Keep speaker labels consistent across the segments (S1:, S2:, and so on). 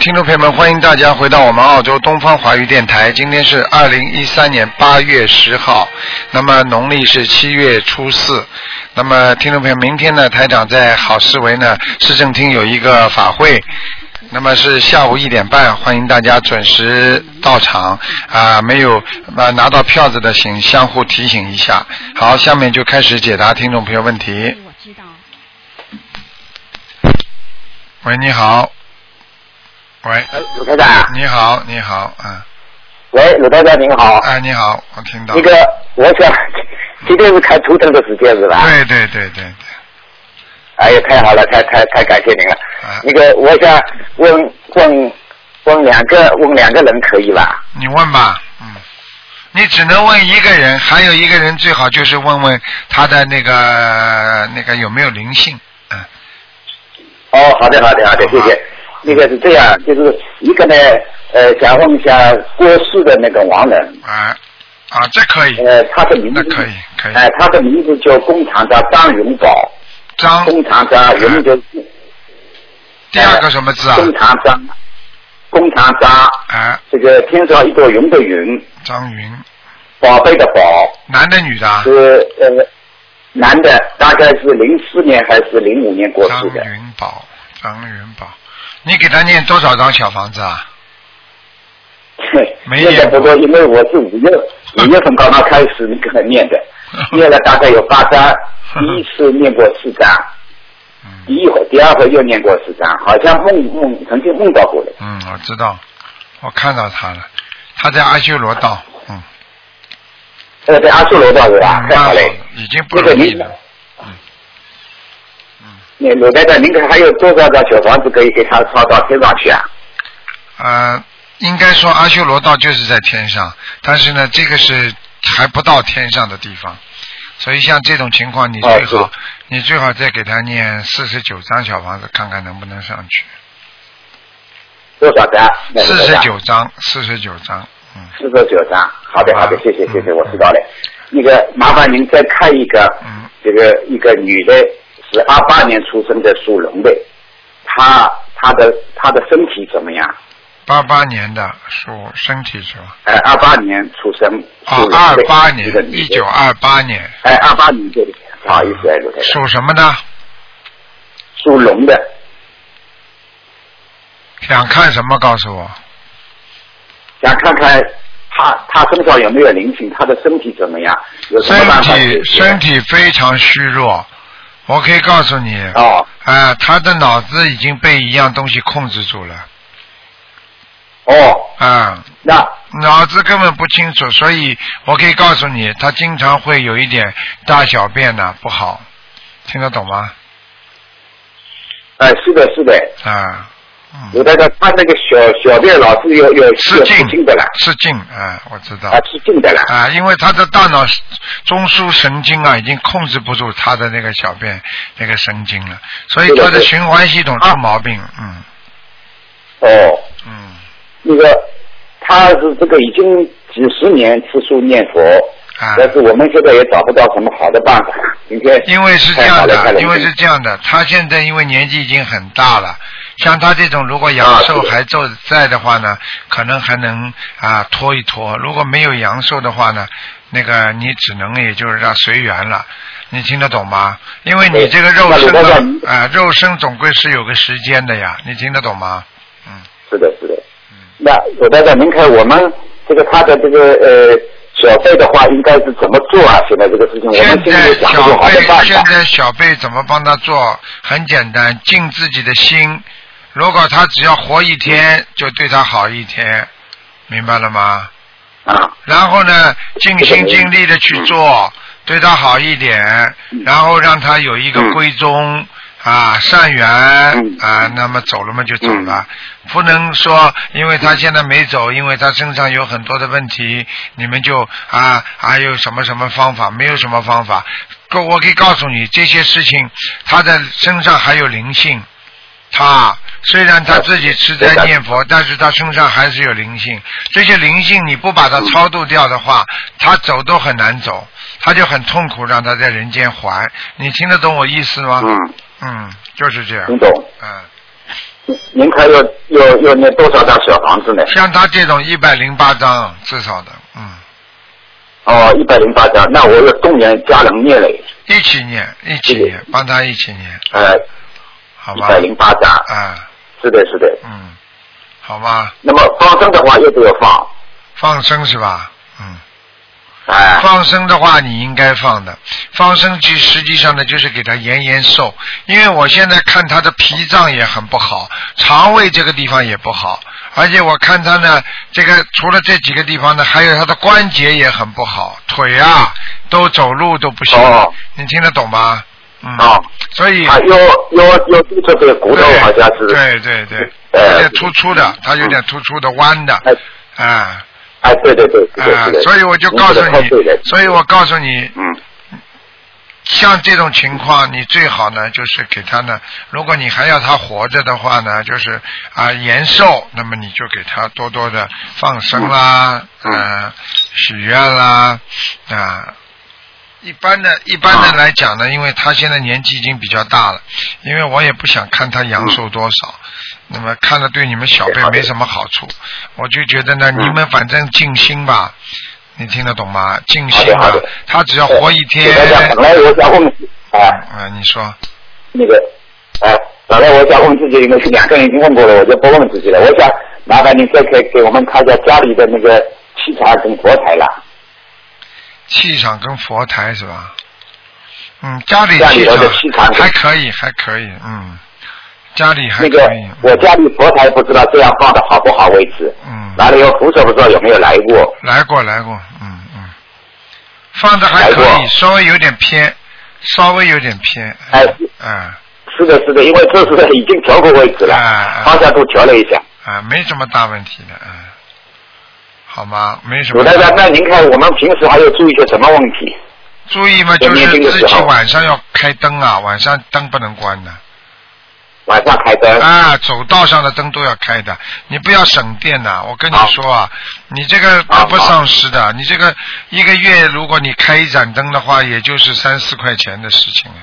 S1: 听众朋友们，欢迎大家回到我们澳洲东方华语电台。今天是二零一三年八月十号，那么农历是七月初四。那么听众朋友，明天呢，台长在好思维呢市政厅有一个法会，那么是下午一点半，欢迎大家准时到场啊！没有啊拿到票子的，请相互提醒一下。好，下面就开始解答听众朋友问题。
S2: 我知道。
S1: 喂，你好。喂，
S3: 哎，鲁台长，
S1: 你好，你好，嗯，
S3: 喂，鲁台长您好，
S1: 哎，你好，我听到。
S3: 那个我想， 今天是看图腾的时间是吧？
S1: 对对对对对，
S3: 哎呀，太好了，太太太感谢您了。
S1: 啊，
S3: 那个我想问问问两个问两个人可以吧？
S1: 你问吧，嗯，你只能问一个人，还有一个人最好就是问问他的那个那个有没有灵性，嗯，
S3: 哦，好的好的好的，谢谢。那个是这样，就是一个呢，呃，想问一下过世的那个亡人，
S1: 啊啊，这可以，
S3: 呃，他的名
S1: 那
S3: 字
S1: 可以可以
S3: 哎、，他的名字叫工厂长张云宝，
S1: 张啊
S3: 工厂长云就是
S1: 第二个什么字啊？
S3: 工厂长，工厂长，
S1: 啊，
S3: 这个天上一朵云的云。
S1: 张云，
S3: 宝贝的宝
S1: 男的女的啊？
S3: 是呃男的，大概是零四年还是零五年过
S1: 张
S3: 世的，
S1: 云宝，张云宝，你给他念多少张小房子啊？没
S3: 念的
S1: 念
S3: 不多，因为我是五月五月份刚刚开始那个 念的，念了大概有八张，第一次念过四张，
S1: 嗯
S3: 第一回第二回又念过四张，好像梦梦曾经梦到过的。
S1: 嗯，我知道，我看到他了，他在阿修罗道，嗯，
S3: 呃，在阿修罗道是吧？太
S1: 蛮
S3: 好
S1: 好
S3: 嘞
S1: 的。，已经不容易嗯了。
S3: 嗯那鲁台长，您看还有多少张小房子可以给他抄到天上去啊？
S1: 呃，应该说阿修罗道就是在天上，但是呢，这个是还不到天上的地方，所以像这种情况，你最好、
S3: 哦
S1: 你最好再给他念四十九张小房子，看看能不能上去。
S3: 多少张？那
S1: 四
S3: 鲁台
S1: 十
S3: 长
S1: 九张，四十九张，嗯，
S3: 四十九张，好的好的
S1: 嗯，
S3: 谢谢谢谢，
S1: 嗯
S3: 我知道了。那个麻烦您再看一个，
S1: 嗯
S3: 这个一个女的是二八年出生的属龙的，她她的她的身体怎么样？
S1: 八八年的属身体是吧？
S3: 呃，二八年出生
S1: 啊
S3: 属龙，的
S1: 二八
S3: 一
S1: 年
S3: 个，女
S1: 一
S3: 的
S1: 九，二八年，嗯
S3: 哎，二八年对的，不好意思，哎，刘太太，
S1: 属什么呢？
S3: 属龙的，
S1: 想看什么？告诉我。
S3: 想看看她她身上有没有灵性，她的身体怎么样？有什
S1: 身
S3: 么办法解
S1: 体
S3: 决？
S1: 身体非常虚弱，我可以告诉你，啊、
S3: 哦
S1: 他的脑子已经被一样东西控制住了，
S3: 哦，
S1: 啊、
S3: 那
S1: 脑子根本不清楚，所以我可以告诉你，他经常会有一点大小便呐、不好，听得懂吗？
S3: 呃是的是的，
S1: 啊、
S3: 有
S1: 嗯，
S3: 的个他那个小小便老是有有有
S1: 失禁
S3: 失禁的了，
S1: 失禁，啊、我知道，
S3: 啊
S1: 啊、
S3: 失禁的了，
S1: 因为他的大脑中枢神经啊，已经控制不住他的那个小便那个神经了，所以
S3: 对的
S1: 他的
S3: 对
S1: 循环系统出毛病，嗯
S3: 哦，
S1: 嗯。
S3: 那个他是这个已经几十年吃素念佛，
S1: 啊，
S3: 但是我们现在也找不到什么好的办法。今天
S1: 因为是这样
S3: 哎太好了太好嗯
S1: 的，
S3: 了
S1: 因为是这样的，他现在因为年纪已经很大了，像他这种如果阳寿还在在的话呢，可能还能啊拖一拖；如果没有阳寿的话呢，那个你只能也就是让随缘了。你听得懂吗？因为你这个肉身
S3: 那
S1: 啊
S3: 我，
S1: 啊、肉身总归是有个时间的呀，你听得懂吗？嗯
S3: 是的，是的。那我在这，您看我们这个他的这个呃小费的话，应该是怎么做啊？现在这个事情，我
S1: 现
S3: 们现在
S1: 在
S3: 也讲不出
S1: 小
S3: 好的
S1: 辈，
S3: 办
S1: 现
S3: 法。
S1: 在小辈怎么帮他做？很简单，尽自己的心。如果他只要活一天，就对他好一天，明白了吗？
S3: 啊，
S1: 然后呢，尽心尽力的去做，对他好一点，然后让他有一个
S3: 嗯
S1: 归宗。啊，善缘
S3: 嗯
S1: 啊，那么走了嘛就走了，不能说因为他现在没走，因为他身上有很多的问题，你们就啊还有什么什么方法？没有什么方法，告我可以告诉你这些事情，他的身上还有灵性，他虽然他自己吃斋念佛，但是他身上还是有灵性。这些灵性你不把
S3: 嗯
S1: 它超度掉的话，他走都很难走，他就很痛苦，让他在人间还。你听得懂我意思吗？
S3: 嗯，
S1: 嗯，就是这样。
S3: 听懂。
S1: 嗯，
S3: 您看要要要念多少张小房子呢？
S1: 像他这种一百零八张至少的，嗯，
S3: 哦，一百零八张，那我要动员家人念嘞，
S1: 一起念，一起念，帮他一起念，
S3: 呃，
S1: 好
S3: 一
S1: 吧
S3: 百？零八张，
S1: 啊，
S3: 是的，是的。
S1: 嗯，好吗？
S3: 那么放生的话要不要放？
S1: 放生是吧？嗯，
S3: 哎，
S1: 放生的话你应该放的，放生其实际上呢就是给他延延寿，因为我现在看他的脾脏也很不好，肠胃这个地方也不好，而且我看他呢这个除了这几个地方呢，还有他的关节也很不好，腿啊都走路都不行，
S3: 哦
S1: 你听得懂吗？嗯，
S3: 啊，
S1: 所以
S3: 啊，要要要注册这个骨头
S1: 对
S3: 好像是，
S1: 对对对，
S3: 呃
S1: 有点突出的，他有点突出的弯的，
S3: 哎
S1: 啊。
S3: 哎，对对对，是的
S1: 啊
S3: 是的，
S1: 所以我就告诉
S3: 您说得太对了
S1: 你，所以我告诉你，
S3: 嗯，
S1: 像这种情况，你最好呢就是给他呢，如果你还要他活着的话呢，就是啊延寿，那么你就给他多多的放生啦，
S3: 嗯
S1: 啊许愿啦，啊。一般的，一般的
S3: 啊
S1: 来讲呢，因为他现在年纪已经比较大了，因为我也不想看他阳寿多少，
S3: 嗯
S1: 那么看了对你们小辈没什么好处，我就觉得呢，
S3: 嗯
S1: 你们反正静心吧，你听得懂吗？静心
S3: 好
S1: 吧
S3: 的好的，
S1: 他只要活一天
S3: 给，大家本来我想问，哎，
S1: 啊，你说，
S3: 那个，哎，本来我想问自己，因为两个人已经问过了，我就不问自己了。我想麻烦您再给给我们看一下家里的那个器材跟佛台啦，
S1: 气场跟佛台是吧？嗯，家里
S3: 家里
S1: 气
S3: 头的气场
S1: 场
S3: 跟
S1: 还可以，还可以，嗯，家里还
S3: 那
S1: 可
S3: 个
S1: 以，啊
S3: 我家里佛台不知道这样放的好不好位置，
S1: 嗯，
S3: 哪里有辐射不知道有没有来过，
S1: 来过来过，嗯嗯，放的还可
S3: 来
S1: 以，
S3: 过
S1: 稍微有点偏，稍微有点偏，
S3: 哎
S1: 啊
S3: 是的，是的，因为这是已经调过位置了
S1: 啊啊，
S3: 方向都调了一下。
S1: 啊，没什么大问题的，嗯，好吗？没什
S3: 鲁
S1: 么大
S3: 台
S1: 问题。
S3: 长，那您看我们平时还要注意些什么问题？
S1: 注意嘛，
S3: 在
S1: 就是
S3: 念经的
S1: 自
S3: 时
S1: 己
S3: 候
S1: 晚上要开灯啊，晚上灯不能关的。
S3: 晚上开灯，
S1: 啊，走道上的灯都要开的，你不要省电呐、我跟你说啊，你这个
S3: 好
S1: 都不上市的，你这个一个月如果你开一盏灯的话，也就是三四块钱的事情啊。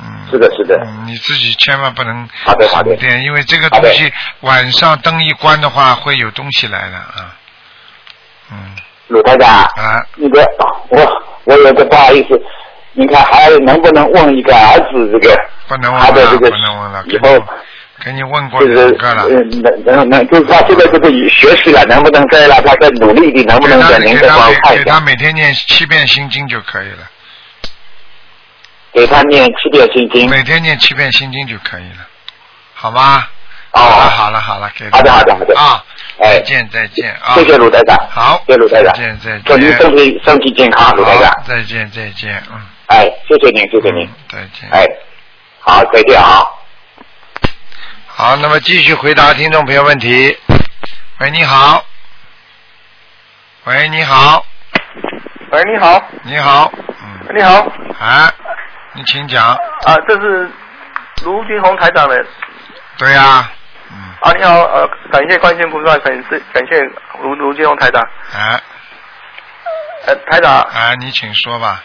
S1: 嗯，
S3: 是的，是的，
S1: 嗯，你自己千万不能
S3: 好的好的
S1: 省电，因为这个东
S3: 好
S1: 西晚上灯一关的话，会有东西来的啊。嗯
S3: 鲁台长，
S1: 啊，
S3: 那个我我有个不好意思，您看还能不能问一个儿子这个
S1: 不能
S3: 他
S1: 问
S3: 的
S1: 了，
S3: 这
S1: 不
S3: 个
S1: 能啊问了，
S3: 以
S1: 给
S3: 后
S1: 你给你问过
S3: 就
S1: 两
S3: 是
S1: 个了。
S3: 嗯能能能就是他现在这个学习了，能不能再让他再努力一点，能不
S1: 给
S3: 能
S1: 他
S3: 再
S1: 给
S3: 您再帮
S1: 他
S3: 我
S1: 每
S3: 看
S1: 给
S3: 一
S1: 他
S3: 下，
S1: 每天念七遍心经就可以了。
S3: 给他念七遍心经。
S1: 每天念七遍心经就可以了，好吗？
S3: 哦
S1: 好了好了好了，给他
S3: 好的好的好的
S1: 啊，再
S3: 哎，
S1: 见再见啊，
S3: 谢谢鲁台长，
S1: 好，
S3: 谢谢鲁台长
S1: 再，见再见，
S3: 祝您身体身体健康，鲁台长
S1: 好，再见再见，嗯，
S3: 哎，谢谢您，谢谢您
S1: 嗯，，再见，
S3: 哎，好，再见啊。
S1: 好，那么继续回答听众朋友问题。喂，你好，喂，你好，
S2: 喂，你好，
S1: 你好，嗯，
S2: 你好，
S1: 哎，你请讲，
S2: 啊，这是卢军红台长的
S1: 对呀、嗯，
S2: 啊，你好，呃，感谢关心菩萨，感谢感谢卢卢军红台长，
S1: 哎
S2: 呃，台长，
S1: 哎，你请说吧，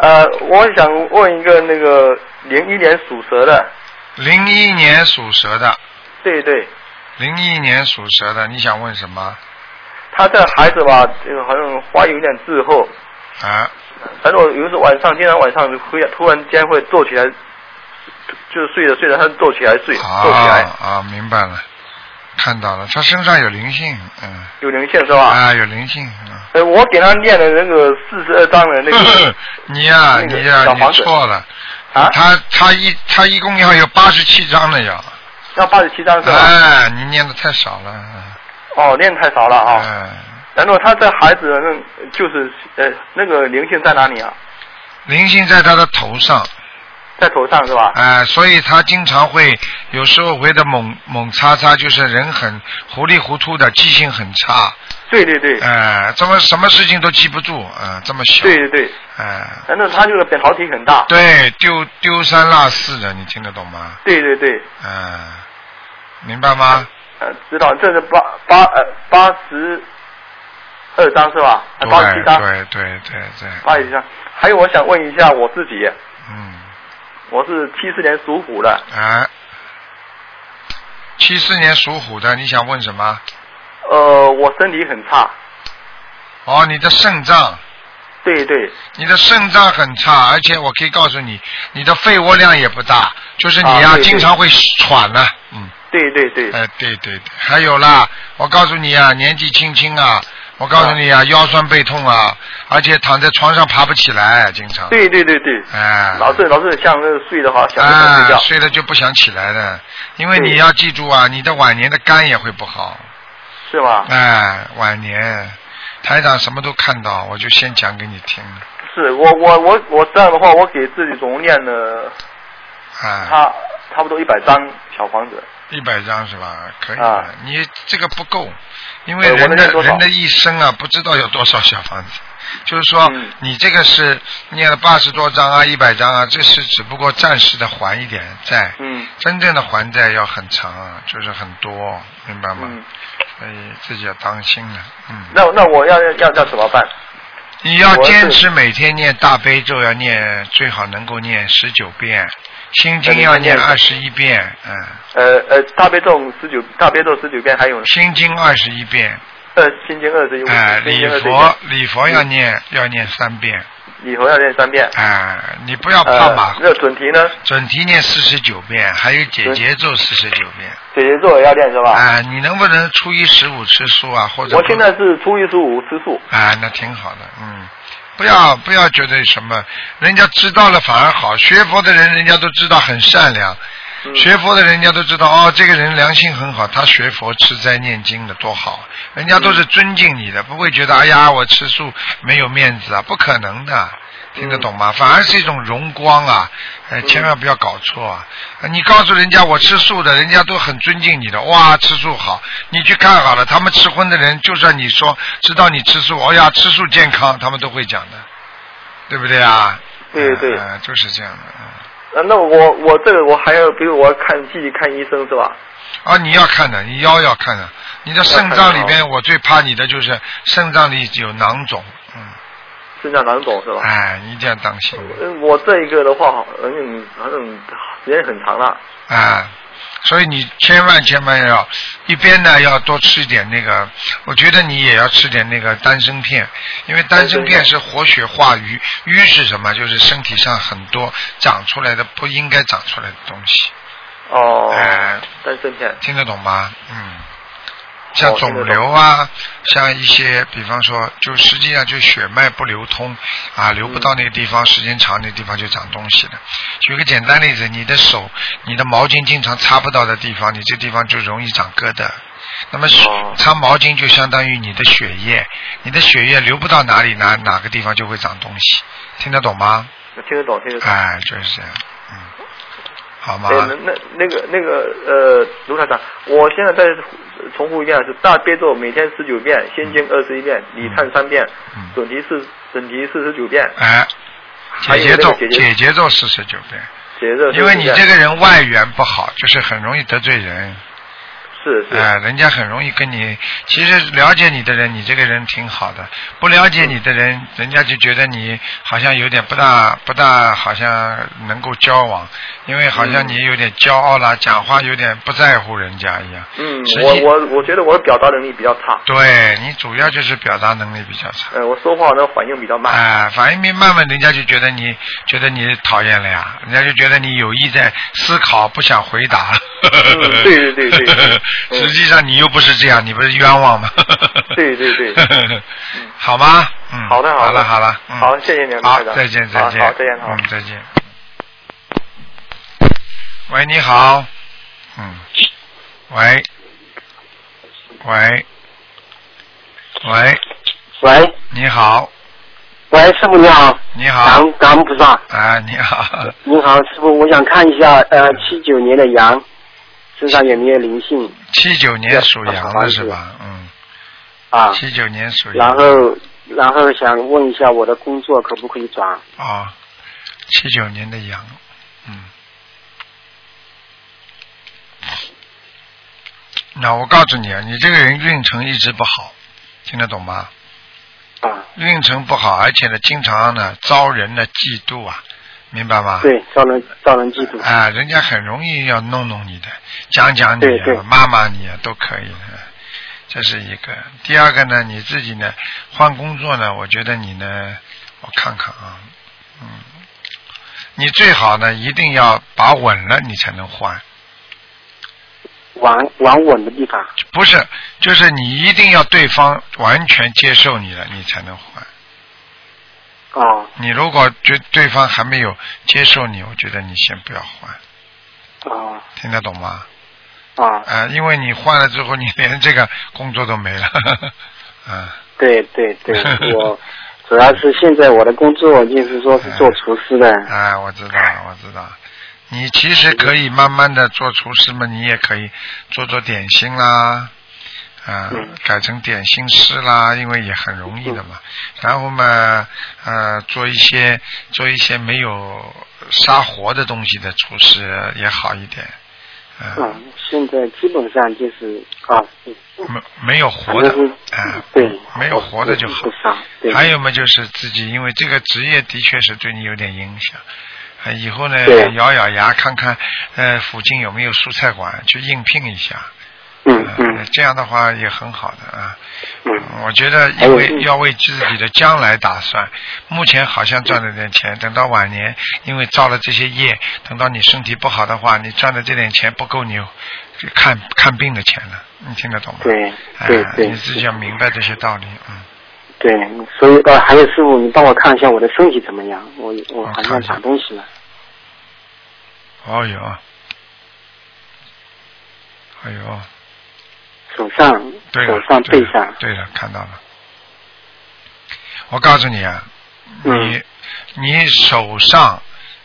S2: 呃，我想问一个那个零一年属蛇的，
S1: 零一年属蛇的，
S2: 对对，
S1: 零一年属蛇的，你想问什么？
S2: 他这孩子吧，这个好像怀有点滞后，
S1: 啊，
S2: 但是我有时候晚上经常晚上会突然间会坐起来，就是睡着睡着他就坐起来睡，
S1: 啊
S2: 坐起来
S1: 啊，明白了，看到了，他身上有灵性，嗯，
S2: 有灵性是吧？
S1: 啊，有灵性，嗯。
S2: 呃，我给他念的那个四十二章的那 个
S1: 你呀、
S2: 那个
S1: 你呀、
S2: 小
S1: 你
S2: 房子
S1: 错了，
S2: 啊，
S1: 他他一他一共要有八十七章了要，
S2: 要八十七章是吧？
S1: 哎，你念的太少了，
S2: 哦，练太少了
S1: 嗯
S2: 啊。
S1: 哎，
S2: 然后他这孩子那就是呃那个灵性在哪里啊？
S1: 灵性在他的头上，
S2: 在头上是吧？
S1: 哎，所以他经常会有时候会的猛猛叉叉，就是人很糊里糊涂的，记性很差，
S2: 对对对，
S1: 哎，怎么什么事情都记不住，啊，这么小，
S2: 对对对。
S1: 哎，
S2: 然后他这个扁桃体很大。
S1: 对，丢丢三落四的，你听得懂吗？
S2: 对对对，
S1: 嗯，明白吗？
S2: 呃，知道这是八八呃八十二章是吧？
S1: 对
S2: 八十七章，
S1: 对对对对，
S2: 八十七章。还有我想问一下我自己，
S1: 嗯，
S2: 我是七四年属虎的，
S1: 哎，啊七四年属虎的，你想问什么？
S2: 呃，我身体很差，
S1: 哦，你的肾脏，
S2: 对对，
S1: 你的肾脏很差，而且我可以告诉你，你的肺活量也不大，就是你
S2: 啊
S1: 呀、
S2: 对对
S1: 经常会喘呢、嗯，
S2: 对对对，
S1: 哎，对对对，还有啦，我告诉你啊，年纪轻轻啊，我告诉你啊，腰酸背痛啊，而且躺在床上爬不起来，经常，
S2: 对对对对，
S1: 哎，
S2: 老是老是像那个睡得好，想着想睡
S1: 啊
S2: 觉，，
S1: 睡了就不想起来了，因为
S2: 对
S1: 你要记住啊，你的晚年的肝也会不好，
S2: 是吗？
S1: 哎，晚年，台长什么都看到，我就先讲给你听，
S2: 是我我我我这样的话，我给自己总共念了
S1: 啊。
S2: 差差不多一百张小房子，
S1: 一百张是吧？可以的，
S2: 啊
S1: 你这个不够，因为
S2: 对
S1: 人
S2: 呃哎我能念
S1: 的
S2: 多少
S1: 人的一生啊，不知道有多少小房子。就是说，
S2: 嗯
S1: 你这个是念了八十多张啊，一百张啊，这是只不过暂时的还一点债，
S2: 嗯
S1: 真正的还债要很长啊，就是很多，明白吗？
S2: 嗯，
S1: 所以自己要当心了，嗯。
S2: 那那我要要要要怎么办？
S1: 你要
S2: 我是
S1: 坚持每天念大悲咒，要念最好能够念十九遍，心经要念二十一遍，嗯，
S2: 呃呃，大悲咒十九大悲咒十九遍，还有
S1: 心经二十一遍，
S2: 呃心经二十一，
S1: 哎、
S2: 心
S1: 礼
S2: 经二十一
S1: 佛
S2: 遍，
S1: 礼佛要念、要念三遍，
S2: 礼佛要念三遍，
S1: 哎、你不要怕
S2: 呃
S1: 马虎，
S2: 那准提呢，
S1: 准提念四十九遍，还有解结咒四十九遍，
S2: 姐姐咒也要念是吧？
S1: 哎、你能不能初一十五吃素啊？或者
S2: 我
S1: 不
S2: 现在是初一十五吃素，
S1: 哎、那挺好的，嗯。不要不要觉得什么，人家知道了反而好。学佛的人，人家都知道很善良；
S2: 嗯
S1: 学佛的人家都知道哦，这个人良心很好，他学佛吃斋念经的多好，人家都是尊敬
S2: 嗯
S1: 你的，不会觉得哎呀我吃素没有面子啊，不可能的，听得懂
S2: 嗯
S1: 吗？反而是一种荣光啊，哎，千万不要搞错啊！你告诉人家我吃素的，人家都很尊敬你的，哇，吃素好，你去看好了，他们吃荤的人，就算你说知道你吃素，哎呀吃素健康，他们都会讲的，对不对啊？
S2: 对对
S1: 呃就是这样的。嗯
S2: 呃，那我我这个我还要，比如我要看继续看医生是吧？
S1: 啊，你要看的，你腰要看的，你的肾脏里边，我最怕你的就是肾脏里有囊肿，嗯，
S2: 肾脏囊肿是吧？
S1: 哎，你一定要当心
S2: 嗯，我这一个的话，嗯，很很时间很长了。
S1: 啊。所以你千万千万要一边呢要多吃点那个，我觉得你也要吃点那个丹参片，因为丹参片是活血化瘀，瘀是什么？就是身体上很多长出来的不应该长出来的东西，
S2: 哦，
S1: 哎
S2: 丹参片，
S1: 听得懂吗？嗯，像
S2: 哦听得
S1: 肿瘤啊，像一些，比方说，就实际上就血脉不流通啊，流不到那个地方，时间长那个地方就长东西了。举个简单例子，你的手、你的毛巾经常擦不到的地方，你这地方就容易长疙瘩。那么血
S2: 哦
S1: 擦毛巾就相当于你的血液，你的血液流不到哪里，哪哪个地方就会长东西，听得懂吗？
S2: 听得懂，听得懂。
S1: 哎，就是这样，嗯，好吗
S2: 哎？那那那个那个呃，卢台长，我现在再重复一遍，是大悲咒每天十九遍，心经二十一遍，礼忏三遍
S1: 嗯，
S2: 准提四准提四十九遍，
S1: 哎，
S2: 还
S1: 解节
S2: 有那
S1: 奏
S2: 个，解结
S1: 解节奏四十九遍。
S2: 解热，
S1: 因为你这个人外缘不好，就是很容易得罪人，
S2: 是是
S1: 哎、人家很容易跟你。其实了解你的人，你这个人挺好的；不了解你的人，人家就觉得你好像有点不大不大，好像能够交往，因为好像
S2: 嗯
S1: 你有点骄傲啦，讲话有点不在乎人家一样。
S2: 嗯
S1: 实，
S2: 我
S1: 际
S2: 我我觉得我表达能力比较差，
S1: 对你主要就是表达能力比较差。
S2: 啊呃，我说话呢反应比较慢，
S1: 哎、反应慢慢，人家就觉得你觉得你讨厌了呀，人家就觉得你有意在思考，不想回答。
S2: 嗯对对对 对嗯
S1: 实际上你又不是这样，你不是冤枉吗？
S2: 对对对
S1: 好吗？嗯，
S2: 好的
S1: 好
S2: 好的
S1: 了好了，嗯
S2: 好谢谢您
S1: 好
S2: 台，长
S1: 再见再
S2: 好
S1: 见，
S2: 好再见好
S1: 嗯再见。喂，你好，嗯，喂，喂，喂，
S4: 喂
S1: 你好，
S4: 喂，师傅你好，
S1: 你
S4: 感
S1: 好，
S4: 恩感恩菩萨，
S1: 啊，你好。
S4: 你好师傅，我想看一下呃七九年的羊身上有没有灵性
S1: 七九年属羊的是吧？嗯，
S4: 啊？
S1: 七九年属
S4: 然
S1: 羊。
S4: 后然后想问一下我的工作可不可以转？
S1: 啊，七九年的羊，嗯。那我告诉你啊，你这个人运程一直不好，听得懂吗？
S4: 啊
S1: 运程不好，而且呢，经常呢遭人的嫉妒啊，明白吗？
S4: 对，招人招人嫉妒。
S1: 啊，人家很容易要弄弄你的，讲讲你、
S4: 对对
S1: 啊，骂骂你啊，都可以的。这是一个。第二个呢，你自己呢，换工作呢，我觉得你呢，我看看啊，嗯，你最好呢，一定要把稳了，你才能换。
S4: 往往稳的地方，
S1: 不是，就是你一定要对方完全接受你了，你才能换。
S4: 哦
S1: 你如果觉对方还没有接受你，我觉得你先不要换，
S4: 哦
S1: 听得懂吗？
S4: 哦，
S1: 啊、因为你换了之后，你连这个工作都没了。啊，
S4: 对对对，我主要是现在我的工作就是说 是做厨师的，
S1: 哎，我知道，我知道。你其实可以慢慢的做厨师嘛，你也可以做做点心啦，啊、
S4: 嗯
S1: 改成点心师啦，因为也很容易的嘛。
S4: 嗯
S1: 然后嘛，呃，做一些做一些没有杀活的东西的厨师也好一点，啊、
S4: 嗯，现在基本上就是啊，
S1: 没没有活
S4: 反
S1: 的
S4: 正是，
S1: 啊、
S4: 嗯对，
S1: 没有活的就好
S4: 不。少，对，
S1: 还有嘛，就是自己，因为这个职业的确是对你有点影响。啊以后呢
S4: 对，
S1: 咬咬牙看看，呃，附近有没有蔬菜馆去应聘一下。
S4: 嗯
S1: 呃
S4: 嗯
S1: 这样的话也很好的啊。
S4: 嗯，
S1: 我觉得
S4: 还
S1: 因
S4: 有
S1: 为
S4: 嗯
S1: 要为自己的将来打算，目前好像赚了点
S4: 嗯
S1: 钱，等到晚年因为造了这些业，等到你身体不好的话，你赚的这点钱不够你看看病的钱了。你听得懂吗？
S4: 对
S1: 哎
S4: 对对
S1: 你自己要明白这些道理，嗯。
S4: 对，所以呃，还有师傅，你帮我看一下我的身体怎么样？我我
S1: 嗯
S4: 好
S1: 看
S4: 像
S1: 一下
S4: 长东西了，
S1: 哦哟，哎呦，
S4: 手上、
S1: 对了
S4: 手，上、
S1: 对
S4: 背
S1: 了
S4: 上，
S1: 对了，看到了。我告诉你啊，
S4: 嗯
S1: 你你手上、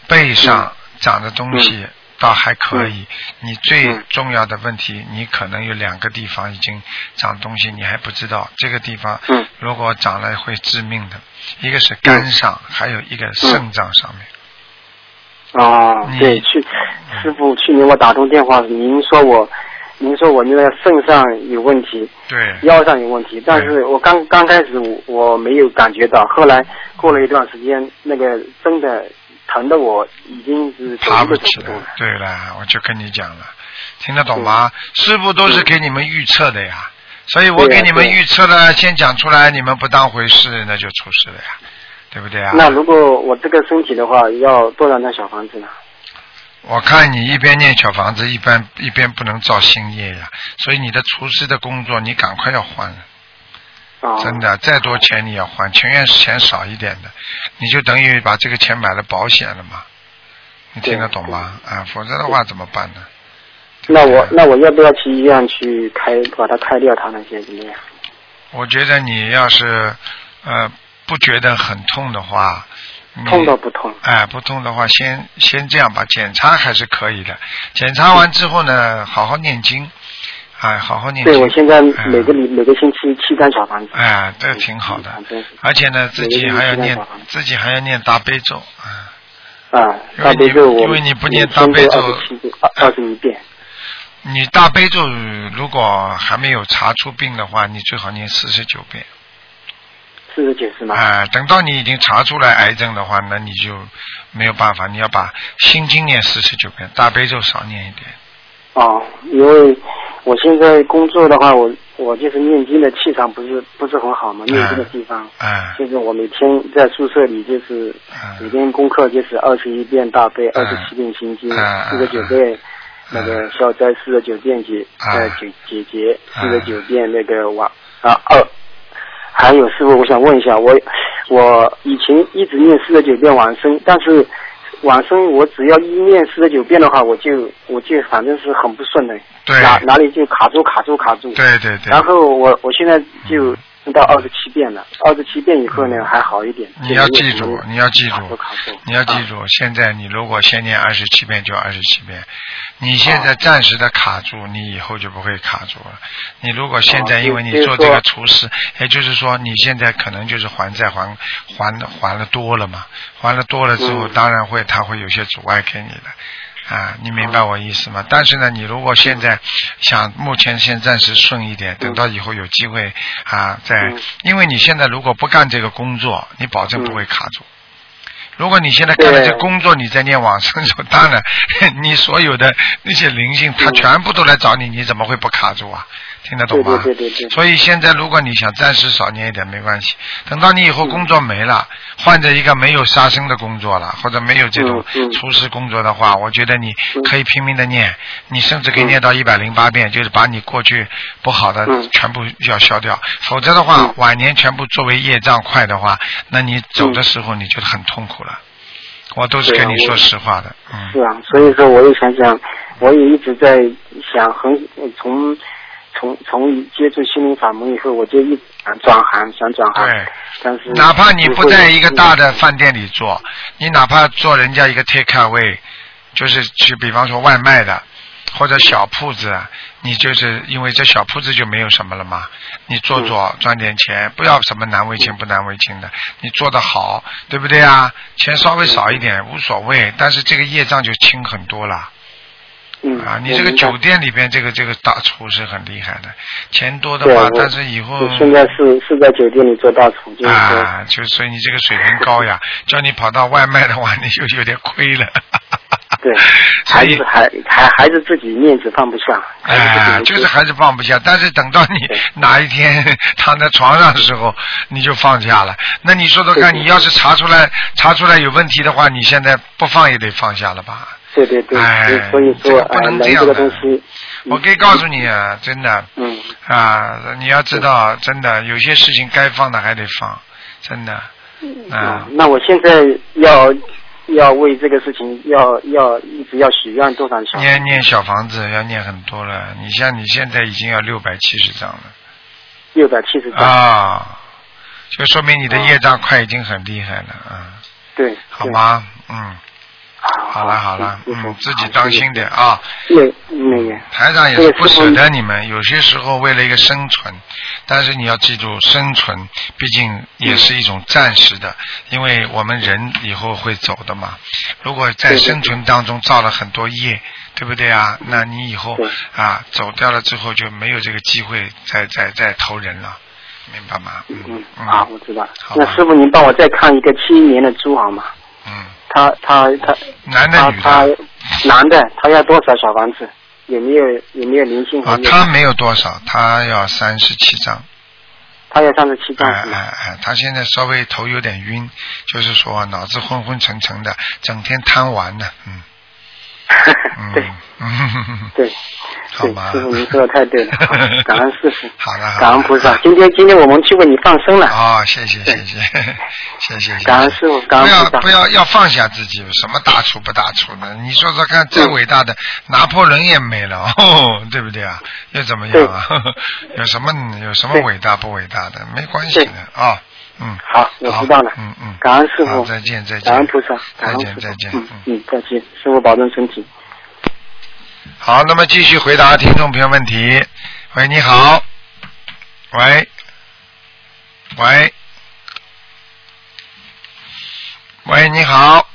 S1: 背上长的东西倒还可以，你最
S4: 嗯
S1: 重要的问题，你可能有两个地方已经长东西，你还不知道。这个地方
S4: 嗯
S1: 如果长了会致命的，一个是肝上，还有一个
S4: 嗯
S1: 肾脏上面。
S4: 哦，
S1: 你
S4: 对，去师傅，去年我打通电话，您说我，您说我那个肾上有问题，
S1: 对，
S4: 腰上有问题，但是我刚刚开始我我没有感觉到，后来过了一段时间，那个真的疼的我已经是走
S1: 爬
S4: 路都
S1: 不
S4: 走
S1: 起
S4: 不
S1: 来
S4: 动了。。
S1: 对了，我就跟你讲了，听得懂吗？师傅都是给你们预测的呀，所以我
S4: 嗯对
S1: 给
S4: 呀
S1: 你们
S4: 对呀
S1: 预测了，先讲出来，你们不当回事，那就出事了呀，对不对啊？
S4: 那如果我这个身体的话，要多少张小房子呢？
S1: 我看你一边念小房子，一边一边不能造新业呀，所以你的厨师的工作你赶快要换了。
S4: 啊、
S1: 真。的，再多钱你要还，情愿钱少一点的，你就等于把这个钱买了保险了嘛，你听得懂吗？啊，否则的话怎么办呢？
S4: 那我那我要不要去医院去开把它开掉它那些怎么样？
S1: 我觉得你要是呃不觉得很痛的话，你
S4: 痛到不痛？
S1: 哎不痛的话，先先这样吧，检查还是可以的。检查完之后呢，好好念经，哎，好好念经。
S4: 对，我现在
S1: 嗯
S4: 每个礼、每个星期七张小房子。
S1: 哎，这个挺好的
S4: 嗯嗯，
S1: 而且呢，自己还要
S4: 每个星期
S1: 念
S4: 在早上，
S1: 自己还要念大悲咒啊。
S4: 啊，
S1: 因为
S4: 大
S1: 你
S4: 悲咒我
S1: 因为你不念
S4: 每
S1: 大
S4: 天
S1: 悲咒啊
S4: 都二十七遍，二二十一遍。
S1: 你大悲咒如果还没有查出病的话，你最好念四十九遍。
S4: 四十九是吗？
S1: 啊、等到你已经查出来癌症的话，那你就没有办法，你要把心经念四十九遍，大悲咒少念一点。
S4: 哦，因为我现在工作的话，我我就是念经的气场不是不是很好嘛，念经的地方，
S1: 啊、
S4: 就是我每天在宿舍里就是每
S1: 嗯，
S4: 天功课就是二十一遍大悲，
S1: 嗯
S4: 二十七遍心经，
S1: 嗯
S4: 四十九遍那个消灾，四十九遍解
S1: 嗯
S4: 呃解解结，四
S1: 嗯
S4: 十九遍那个往啊二。还有师傅，我想问一下，我我以前一直念四十九遍往生，但是往生我只要一念四十九遍的话，我就我就反正是很不顺的，
S1: 对
S4: 哪哪里就卡住卡住卡住。
S1: 对对对
S4: 然，后我我现在就到二十七遍了，二十七遍以后呢还好一点。
S1: 嗯你要
S4: 就没
S1: 记
S4: 有什
S1: 住啊
S4: 么，
S1: 你要记
S4: 卡住
S1: 住
S4: 卡住，
S1: 你要记住，现在你如果先念二十七遍就二十七遍，你现
S4: 哦
S1: 在暂时的卡住，你以后就不会卡住了。你如果现在
S4: 哦
S1: 因为你
S4: 就是
S1: 做这个
S4: 说
S1: 厨师，也就是说你现在可能就是还债还还还了多了嘛，还了多了之后，
S4: 嗯
S1: 当然会他会有些阻碍给你的。啊，你明白我意思
S4: 哦
S1: 吗？但是呢，你如果现在
S4: 嗯
S1: 想目前先暂时顺一点，等到以后有机会啊，再，
S4: 嗯
S1: 因为你现在如果不干这个工作，你保证不会卡住。如果你现在干了这工作，你在念往生咒，当然 你所有的那些灵性，它全部都来找你，你怎么会不卡住啊？听得懂吗？
S4: 对对对对对
S1: 所以现在如果你想暂时少念一点没关系，等到你以后工作没了，换着一个没有杀生的工作了，或者没有这种
S4: 嗯嗯
S1: 厨师工作的话，我觉得你可以拼命的念，你甚至可以念到一百零八遍，就是把你过去不好的
S4: 嗯
S1: 全部要消掉，否则的话
S4: 嗯，
S1: 晚年全部作为业障块的话，那你走的时候你就很痛苦了。我都是
S4: 嗯对啊
S1: 跟你说
S4: 我
S1: 实话的，嗯
S4: 是。啊，所以说我也想想，我也一直在想很从从从接触心灵法门以后，我就一直想转行，想转行，
S1: 对
S4: 但是
S1: 哪怕你不在一个大
S4: 的
S1: 的饭店里做，
S4: 嗯
S1: 你哪怕做人家一个 take away，就是去比方说外卖的或者小铺子，啊你就是因为这小铺子就没有什么了嘛，你做
S4: 嗯
S1: 做赚点钱，不要什么难为情不难为情的，你做得好，对不对啊？钱稍微少一点无所谓，但是这个业障就轻很多了。
S4: 嗯
S1: 啊，你
S4: 我
S1: 这个
S4: 明白
S1: 酒店里边这个这个大厨是很厉害的，钱多的
S4: 对
S1: 话
S4: 我，
S1: 但是以后
S4: 我现在是是在酒店里做大厨，就是说。
S1: 啊，就所以你这个水平高 呀，叫你跑到外卖的话，你就有点亏了。
S4: 对，
S1: 所
S4: 孩
S1: 以
S4: 子还还还是自己面子放不下，还
S1: 啊，
S4: 是自己
S1: 就
S4: 没
S1: 是
S4: 做
S1: 还是放不下，但是等到你哪一天躺在床上的时候，你就放下了。那你说说看，
S4: 对
S1: 你要是查出来查出来有问题的话，你现在不放也得放下了吧？
S4: 对对对，
S1: 哎
S4: 所以
S1: 这
S4: 说
S1: 个不
S4: 哎，
S1: 能
S4: 人
S1: 这样啊
S4: 这个
S1: 的
S4: 东西，
S1: 我可以告诉你啊，真的
S4: 嗯，
S1: 啊，你要知道，真的有些事情该放的还得放，真的啊
S4: 嗯，。那我现在要要为这个事情要要一直要许愿多少小？
S1: 念念小房子要念很多了，你像你现在已经要六百七十张了。
S4: 六百七十张，
S1: 啊，就说明你的业障快已经很厉害了啊，
S4: 对，
S1: 好
S4: 对？
S1: 吗？嗯，好
S4: 好
S1: 了好了，
S4: 行
S1: 嗯，自己当心点啊。
S4: 谢谢那个，
S1: 台长也是不舍得你们，有些时候为了一个生存，但是你要记住，生存毕竟也是一种暂时的，因为我们人以后会走的嘛。如果在
S4: 对对
S1: 生存当中造了很多业，对不对啊？那你以后
S4: 对
S1: 啊走掉了之后就没有这个机会再再再投人了，明白吗？
S4: 嗯
S1: 嗯，嗯
S4: 啊，我知道。
S1: 好
S4: 那
S1: 吧
S4: 师傅，您帮我再看一个七一年的猪好吗？
S1: 嗯，
S4: 他他他
S1: 男的
S4: 他
S1: 女
S4: 他
S1: 的
S4: 男的，他要多少小房子？有没有有没有灵性？
S1: 啊，他没有多少，他要三十七张。
S4: 他要三十七
S1: 哎
S4: 张是吗？
S1: 哎哎，他现在稍微头有点晕，就是说脑子昏昏沉沉的，整天贪玩呢。嗯
S4: 对
S1: 嗯嗯，
S4: 对，
S1: 好
S4: 对，
S1: 吧。，
S4: 师傅您说的太对了，好感恩师傅
S1: 好的好的
S4: 感恩菩萨。今天今天我们去为你放生了，
S1: 哦，谢谢谢谢谢谢谢谢。
S4: 感恩师傅，感
S1: 不
S4: 恩
S1: 要
S4: 菩萨。
S1: 不要要放下自己，什么大厨不大厨的？你说说看，再伟大的拿破仑也没了，哦，对不对啊？又怎么样啊？有什么有什么
S4: 对
S1: 伟大不伟大的？没关系的啊、嗯，
S4: 好，我
S1: 好
S4: 知道了，
S1: 嗯嗯
S4: 感恩师
S1: 好
S4: 傅，
S1: 再见再见
S4: 感恩菩萨，
S1: 再
S4: 感恩
S1: 见
S4: 菩萨
S1: 再见
S4: 嗯
S1: 嗯
S4: 嗯，再见，师傅保重身体。
S1: 好，那么继续回答听众朋友问题。喂，你好，喂，喂，喂，你好。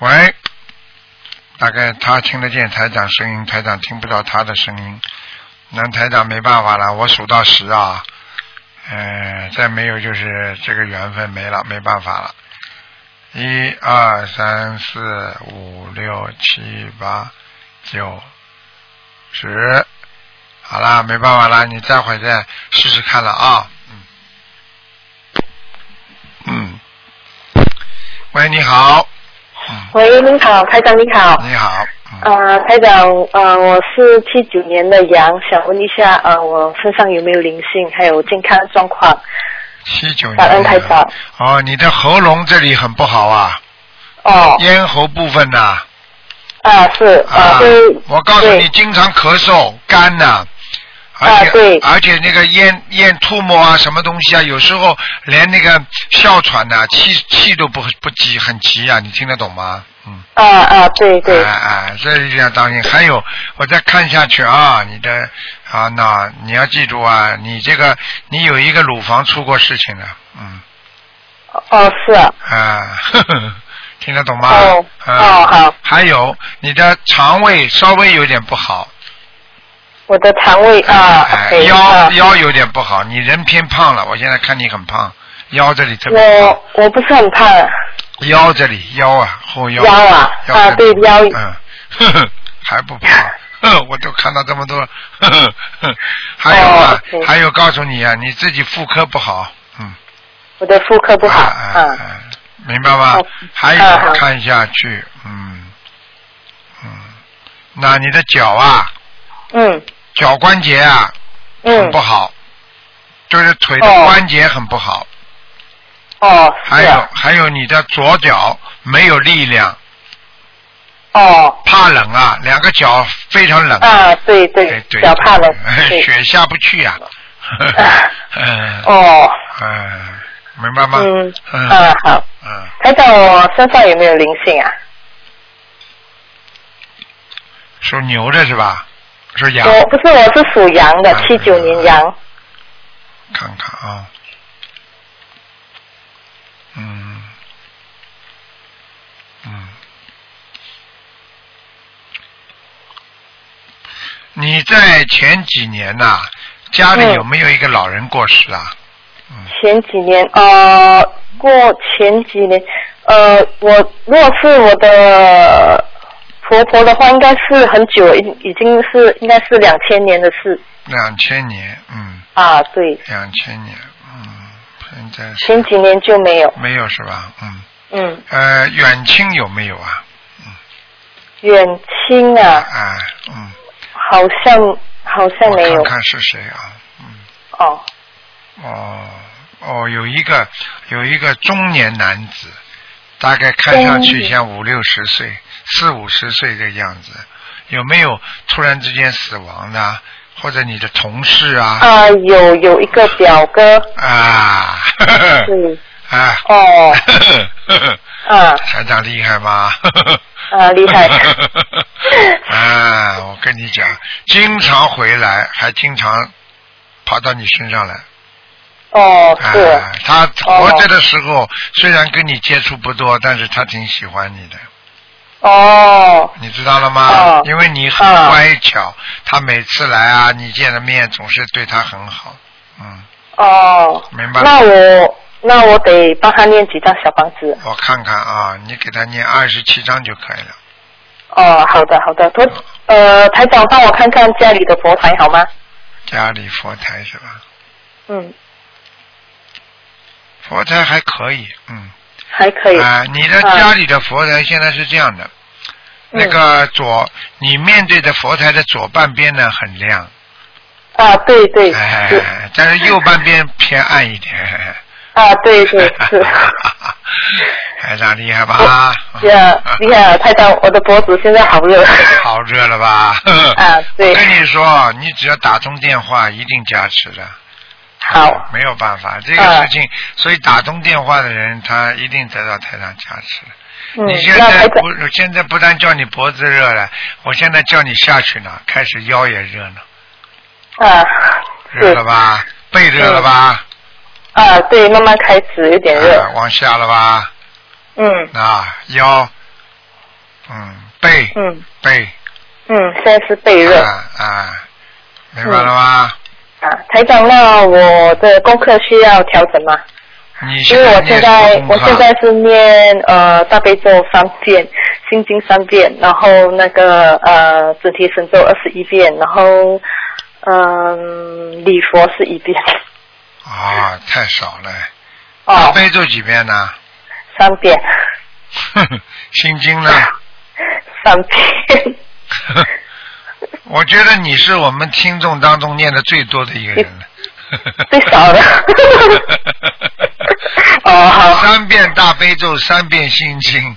S1: 喂，大概他听得见台长声音，台长听不到他的声音。那台长没办法了，我数到十啊，呃，再没有就是这个缘分没了，没办法了。一二三四五六七八九十，好啦，没办法啦，你待会再试试看了啊。嗯，嗯，喂，你好，
S5: 喂，您好，台长您好。
S1: 你好，嗯，
S5: 呃，台长，呃，我是七九年的羊，想问一下，呃，我身上有没有灵性，还有健康状况？
S1: 七九年的
S5: 感恩台长。
S1: 哦，你的喉咙这里很不好啊，
S5: 哦，
S1: 咽喉部分呐、
S5: 啊，是，
S1: 啊
S5: 呃，对，，
S1: 我告诉你，
S5: 对，
S1: 经常咳嗽、干呐、而
S5: 啊
S1: 且、
S5: 对
S1: 而且那个咽咽吐沫啊，什么东西啊，有时候连那个哮喘呐、气气都不不急，很急啊，你听得懂吗？嗯，
S5: 啊啊，对对，
S1: 哎哎，这一定要当心。还有，我再看下去啊，你的啊，那你要记住啊，你这个你有一个乳房出过事情了，嗯
S5: 哦，是啊，
S1: 啊，呵呵听得懂吗？
S5: 哦
S1: 啊
S5: 哦好。
S1: 还有你的肠胃稍微有点不好，
S5: 我的肠胃啊
S1: 哎，
S5: ，OK，啊
S1: 腰腰有点不好，你人偏胖了，我现在看你很胖，腰这里特别胖，
S5: 我我不是很胖，
S1: 腰这里腰啊后腰，
S5: 腰啊
S1: 腰这
S5: 啊
S1: 里
S5: 对腰
S1: 嗯， 呵呵还不胖。 哼，我都看到这么多， 呵呵呵还有啊
S5: 哦，，OK
S1: 还有告诉你啊，你自己妇科不好，嗯，
S5: 我的妇科不好，
S1: 啊啊
S5: 啊，
S1: 啊明白吗
S5: 哦？
S1: 还有、
S5: 啊好
S1: 看一下去，嗯嗯，那你的脚啊，
S5: 嗯
S1: 脚关节啊很
S5: 嗯
S1: 不，好，就是腿的
S5: 哦
S1: 关节很不好，
S5: 哦，
S1: 还
S5: 是
S1: 有
S5: 啊，
S1: 还有你的左脚没有力量，
S5: 哦，
S1: 怕冷啊，两个脚非常冷，
S5: 啊，对
S1: 哎
S5: 对
S1: 对，，
S5: 脚怕冷，对，
S1: 雪下不去呀、
S5: 啊
S1: 嗯
S5: 哦，
S1: 嗯，明白吗？
S5: 嗯，
S1: 嗯
S5: 啊好，
S1: 嗯，
S5: 台长，我身上有没有灵性啊？
S1: 属牛的是吧？属羊，
S5: 我不是，我是属羊的
S1: 啊，
S5: 七九年羊，
S1: 看看啊，嗯，嗯，你在前几年呐、家里
S5: 嗯
S1: 有没有一个老人过世啊？
S5: 前几年呃，过前几年呃，我如果是我的婆婆的话，应该是很久，已已经是应该是两千年的事
S1: 两千年，嗯，
S5: 啊，对，
S1: 两千年，嗯，现在是
S5: 前几年就没有，
S1: 没有是吧？嗯，
S5: 嗯，
S1: 呃，远亲有没有啊？
S5: 远亲啊，
S1: 啊，嗯，
S5: 好像好像
S1: 我
S5: 没有
S1: 看看是谁啊？嗯。
S5: 哦，
S1: 哦哦，有一个有一个中年男子，大概看上去像五六十岁、四五十岁这个样子，有没有突然之间死亡的？或者你的同事啊
S5: 啊，有有一个表哥，
S1: 啊呵呵
S5: 呃对，
S1: 啊
S5: 哦，
S1: 呵呵呵呵
S5: 啊
S1: 台长厉害吗？
S6: 呃
S5: 啊，厉害，
S1: 啊！我跟你讲，经常回来，还经常跑到你身上来。
S5: 哦，是
S1: 啊，他
S5: 哦
S1: 活着的时候、虽然跟你接触不多，但是他挺喜欢你的，
S5: 哦，啊
S1: 你知道了吗？
S5: 哦
S1: 因为你很乖巧，他每次来啊，你见了面总是对他很好，嗯，
S5: 哦，
S1: 明白吗？
S5: 那我那我得帮他念几张小房子。
S1: 我看看啊，你给他念二十七章就可以了。
S5: 哦，好的好的，我呃台长帮我看看家里的佛台好吗？
S1: 家里佛台是吧？
S5: 嗯，
S1: 佛台还可以，嗯，
S5: 还可以。
S1: 啊，你的
S5: 啊嗯
S1: 家里的佛台现在是这样的，那个左，你面对的佛台的左半边呢很亮，
S5: 啊，对对是
S1: 哎，但是右半边偏暗一点。
S5: 啊，对 对是。
S1: 台长哎厉害
S5: 哦
S1: 吧？
S5: 呀，厉害了，台长，我的脖子现在好 热。
S1: 好热了吧？
S5: 啊对
S1: 我跟你说，你只要打通电话，一定加持的。
S5: 好，
S1: 没有办法，这个
S5: 啊
S1: 事情，所以打通电话的人，他一定得到台长加持。
S5: 嗯
S1: 你现，
S5: 那
S1: 在
S5: 台长
S1: 不，现在不但叫你脖子热了，我现在叫你下去呢，开始腰也热呢，
S5: 啊，
S1: 热
S5: 是
S1: 了吧？背热了吧？
S5: 啊，对，慢慢开始有点嗯热
S1: 啊，往下了吧？
S5: 嗯
S1: 啊，腰，嗯，背，
S5: 嗯
S1: 背，
S5: 嗯，现在是背热
S1: 啊啊，明
S5: 嗯
S1: 白了吗？
S5: 啊，台长，那我的功课需要调整吗？
S1: 你
S5: 因为我现在
S1: 念什么功
S5: 我
S1: 课
S5: 现在是念呃大悲咒三遍，心经三遍，然后那个呃准提神咒二十一遍，然后嗯、礼佛是一遍，
S1: 啊，太少了，大
S5: 哦，
S1: 悲咒几遍呢？
S5: 三 遍，
S1: 心经 呢？
S5: 三遍，
S1: 我觉得你是我们听众当中念的最多的一个人了，。
S5: 最少的哦，好，
S1: 三遍大悲咒，三遍心 经。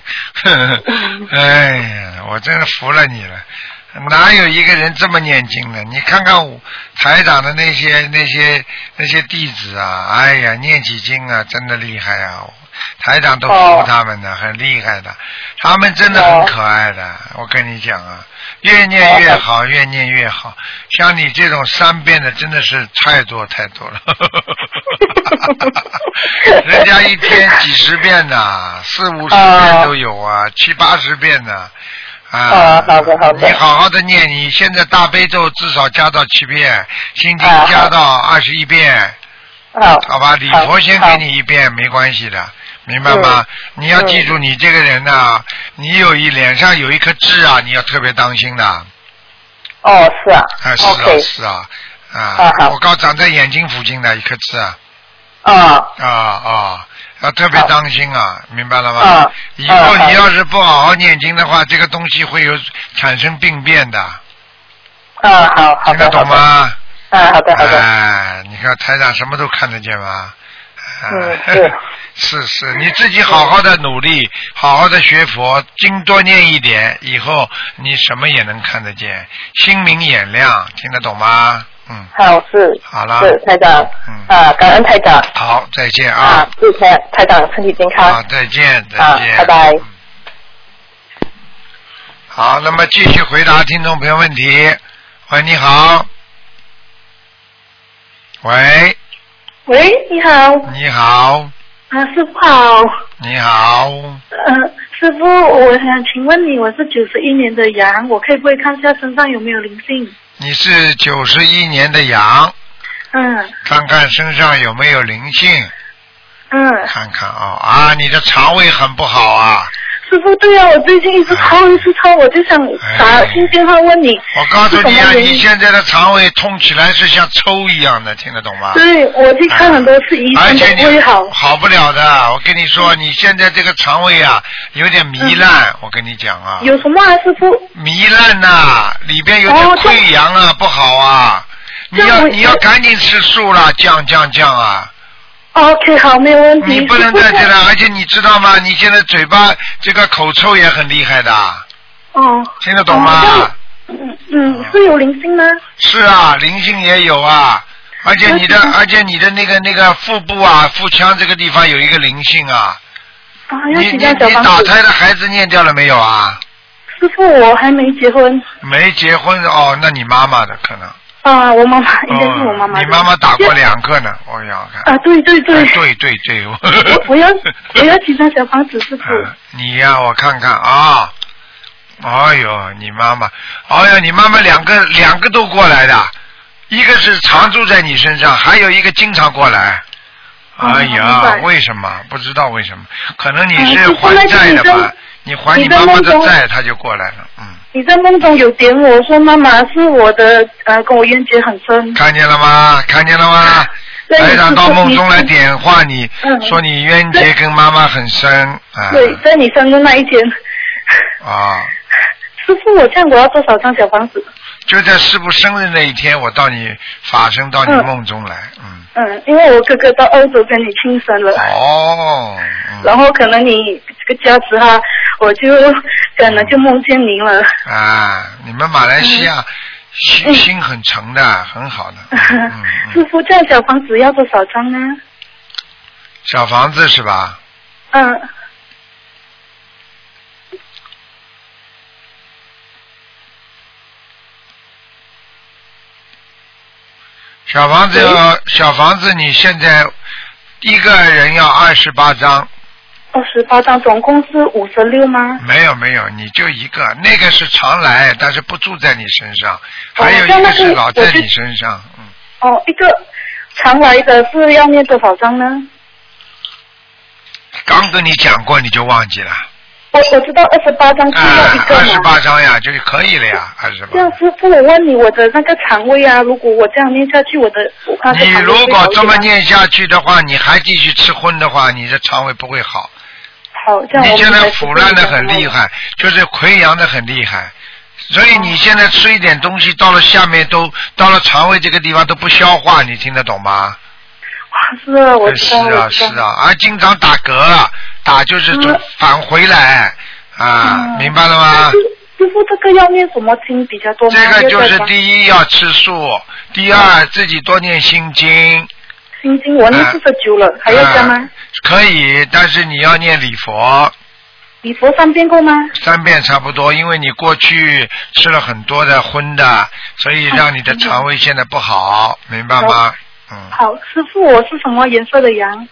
S1: 哎呀，我真是服了你了。哪有一个人这么念经的？你看看我台长的那些那些那些弟子啊，哎呀，念起经啊，真的厉害啊！台长都服
S5: 哦
S1: 他们的，很厉害的，他们真的很可爱的。我跟你讲啊，越念越好，越念越好。像你这种三遍的，真的是太多太多 了。人家一天几十遍呐、四五十遍都有啊，七八十遍呐、啊。啊
S5: 哦，好的好的
S1: 你好好的念，你现在大悲咒至少加到七遍，心经
S5: 啊
S1: 加到二十一遍，
S5: 好，
S1: 好吧？礼
S5: 好
S1: 佛先给你一遍，没关系的，明白吗？你要记住，你这个人呐、你有一脸上有一颗痣啊，你要特别当心的。啊，
S5: 哦，是啊
S1: 是啊
S5: ，OK，
S1: 是啊，
S5: 啊
S1: 啊，
S5: 好
S1: 我刚长在眼睛附近的一颗痣啊，
S5: 啊
S1: 啊啊，要特别当心啊，明白了吗？
S5: 啊
S1: 以后
S5: 啊
S1: 你要是不好好念经的话，这个东西会有产生病变的，
S5: 啊，好好
S1: 听得
S5: 的，好
S1: 懂
S5: 的，
S1: 吗？
S5: 啊，好的好的，
S1: 哎，你看台长什么都看得见吗？哎
S5: 嗯是
S1: 是是，你自己好好的努力，好好的学佛，经多念一点，以后你什么也能看得见，心明眼亮，听得懂吗？嗯，
S5: 好是
S1: 好了，
S5: 是台长
S1: 嗯，
S5: 啊，感恩台长
S1: 好，再见啊
S5: 啊，，祝台台长身体健
S1: 好，
S5: 康，
S1: 再见，再
S5: 啊
S1: 见，
S5: 拜拜
S1: 嗯。好，那么继续回答听众朋友问题。喂，你好。喂，
S7: 喂，你好，
S1: 你好，
S7: 啊，师傅好，
S1: 你好，
S7: 呃，师傅，我想请问你，我是九十一年的羊，我可以不可以看一下身上有没有灵性？
S1: 你是九十一年的羊，
S7: 嗯
S1: 看看身上有没有灵性，
S7: 嗯，
S1: 看看啊、啊，你的肠胃很不好啊！
S7: 师傅，对啊，我最近一直抽一直抽，我就想打进电话问你，
S1: 我告诉你
S7: 是什
S1: 啊，
S7: 么原因
S1: 你现在的肠胃痛起来是像抽一样的，听得懂吗？
S7: 对我去看很多次医
S1: 而
S7: 生
S1: 且
S7: 都
S1: 你
S7: 不会好，嗯
S1: 好不了的，我跟你说，你现在这个肠胃啊有点糜烂，我跟你讲啊，
S7: 有什么啊，师傅？
S1: 糜烂呐、里边有点
S7: 哦这
S1: 溃疡啊，不好啊，你
S7: 这
S1: 要
S7: 我
S1: 你要赶紧吃素啦，降降降啊！
S7: OK，好，哦没有问题。
S1: 你不能再这了，而且你知道吗？你现在嘴巴这个口臭也很厉害的，
S7: 哦，
S1: 听得懂吗？
S7: 哦嗯嗯，是有灵性吗？
S1: 是啊，灵性也有啊，而且你的
S7: 那是
S1: 而且你的那个那个腹部啊、腹腔这个地方有一个灵性啊。
S7: 啊，要
S1: 你
S7: 几
S1: 你
S7: 张小
S1: 你打
S7: 房子？
S1: 胎的孩子念掉了没有啊？
S7: 师傅，我还没结婚
S1: 没结婚哦，那你妈妈的可能。
S7: 啊，我妈妈应该是我妈
S1: 哦
S7: 妈的。
S1: 你妈妈打过
S7: 现
S1: 两个呢，我要看。
S7: 啊，对 对对
S1: 哎，对对对。我
S7: 我我要我要几张小房子，师傅。
S1: 嗯你呀、我看看啊、哎呦，你妈妈，哎呦，你妈妈两个两个都过来的，一个是常住在你身上，还有一个经常过来。
S7: 哦
S1: 哎
S7: 明
S1: 呀
S7: 白，
S1: 为什么？不知道为什么？可能你
S7: 哎
S1: 是
S7: 就
S1: 还
S7: 是
S1: 债的吧
S7: 那？
S1: 你还你
S7: 你在
S1: 妈妈的
S7: 梦中
S1: 债，她就过来了。嗯，
S7: 你在梦中有点我说妈妈是我的呃跟我冤结很深，
S1: 看见了吗？看见了吗？
S7: 啊对
S1: 台长
S7: 你是
S1: 到
S7: 说
S1: 梦
S7: 你
S1: 中来
S7: 是
S1: 点化你，
S7: 嗯
S1: 说你冤结跟妈妈很深啊
S7: 对，在你生日那一天，
S1: 啊！
S7: 师傅我这样我要多少张小房子？
S1: 就在师傅生日那一天，我到你法身到你
S7: 嗯
S1: 梦中来，嗯，
S7: 嗯，因为我哥哥到欧洲跟你亲生了，
S1: 哦，
S7: 然后可能你这个加持哈，我就可能就梦见您了。
S1: 嗯啊，你们马来西亚心
S7: 嗯
S1: 心很诚的，很好的，嗯
S7: 师
S1: 嗯，
S7: 傅，这样小房子要多少张呢？
S1: 小房子是吧？
S7: 嗯，
S1: 小房子要小房子，你现在一个人要二十八张，
S7: 二十八张，总共是五十六吗？
S1: 没有没有，你就一个，那个是常来，但是不住在你身上，
S7: 哦
S1: 还有
S7: 那
S1: 一个
S7: 那
S1: 是
S7: 个
S1: 老
S7: 我
S1: 在
S7: 就
S1: 你身上，嗯，
S7: 哦，一个常来的是要念多少张呢？
S1: 刚跟你讲过你就忘记了。
S7: 我我知道二十八张是要一
S1: 啊，
S7: 个
S1: 二十
S7: 嘛。
S1: 八张呀，就可以了呀，二十八
S7: 这。样师傅，我问你，我的那个肠胃啊，如果我这样念下去，我的我看是
S1: 你
S7: 肠胃
S1: 如
S7: 会好
S1: 果
S7: 一
S1: 这
S7: 点
S1: 么
S7: 吗
S1: 念下去的话，你还继续吃荤的话，你的肠胃不会好。
S7: 好，这样
S1: 你
S7: 我
S1: 现
S7: 明白
S1: 在
S7: 师傅
S1: 腐烂的
S7: 讲
S1: 很厉
S7: 了。
S1: 害，
S6: 啊
S1: 就是溃疡的很厉害，所以你现在吃一点东西，到了下面都到了肠胃这个地方都不消化，你听得懂吗？
S7: 哇，是啊，我知
S1: 是
S7: 道，
S1: 啊
S7: 我知
S1: 是
S7: 道。
S1: 啊，啊，经常打嗝，啊打就是就
S7: 嗯
S1: 返回来啊，
S7: 嗯
S1: 明白了
S7: 但
S1: 吗
S7: 是？师傅，这个要念什么经比较多吗？
S1: 这个就是
S7: 第
S1: 第一要吃素，第二自己多念心经。
S7: 心经，我念
S1: 啊
S7: 四十九了，还要加吗
S1: 啊？可以，但是你要念礼佛
S7: 礼佛三遍够吗？
S1: 三遍差不多，因为你过去吃了很多的荤的，所以让你的肠胃现在不好，明白吗？嗯，
S7: 好，师傅，我是什么颜色的羊？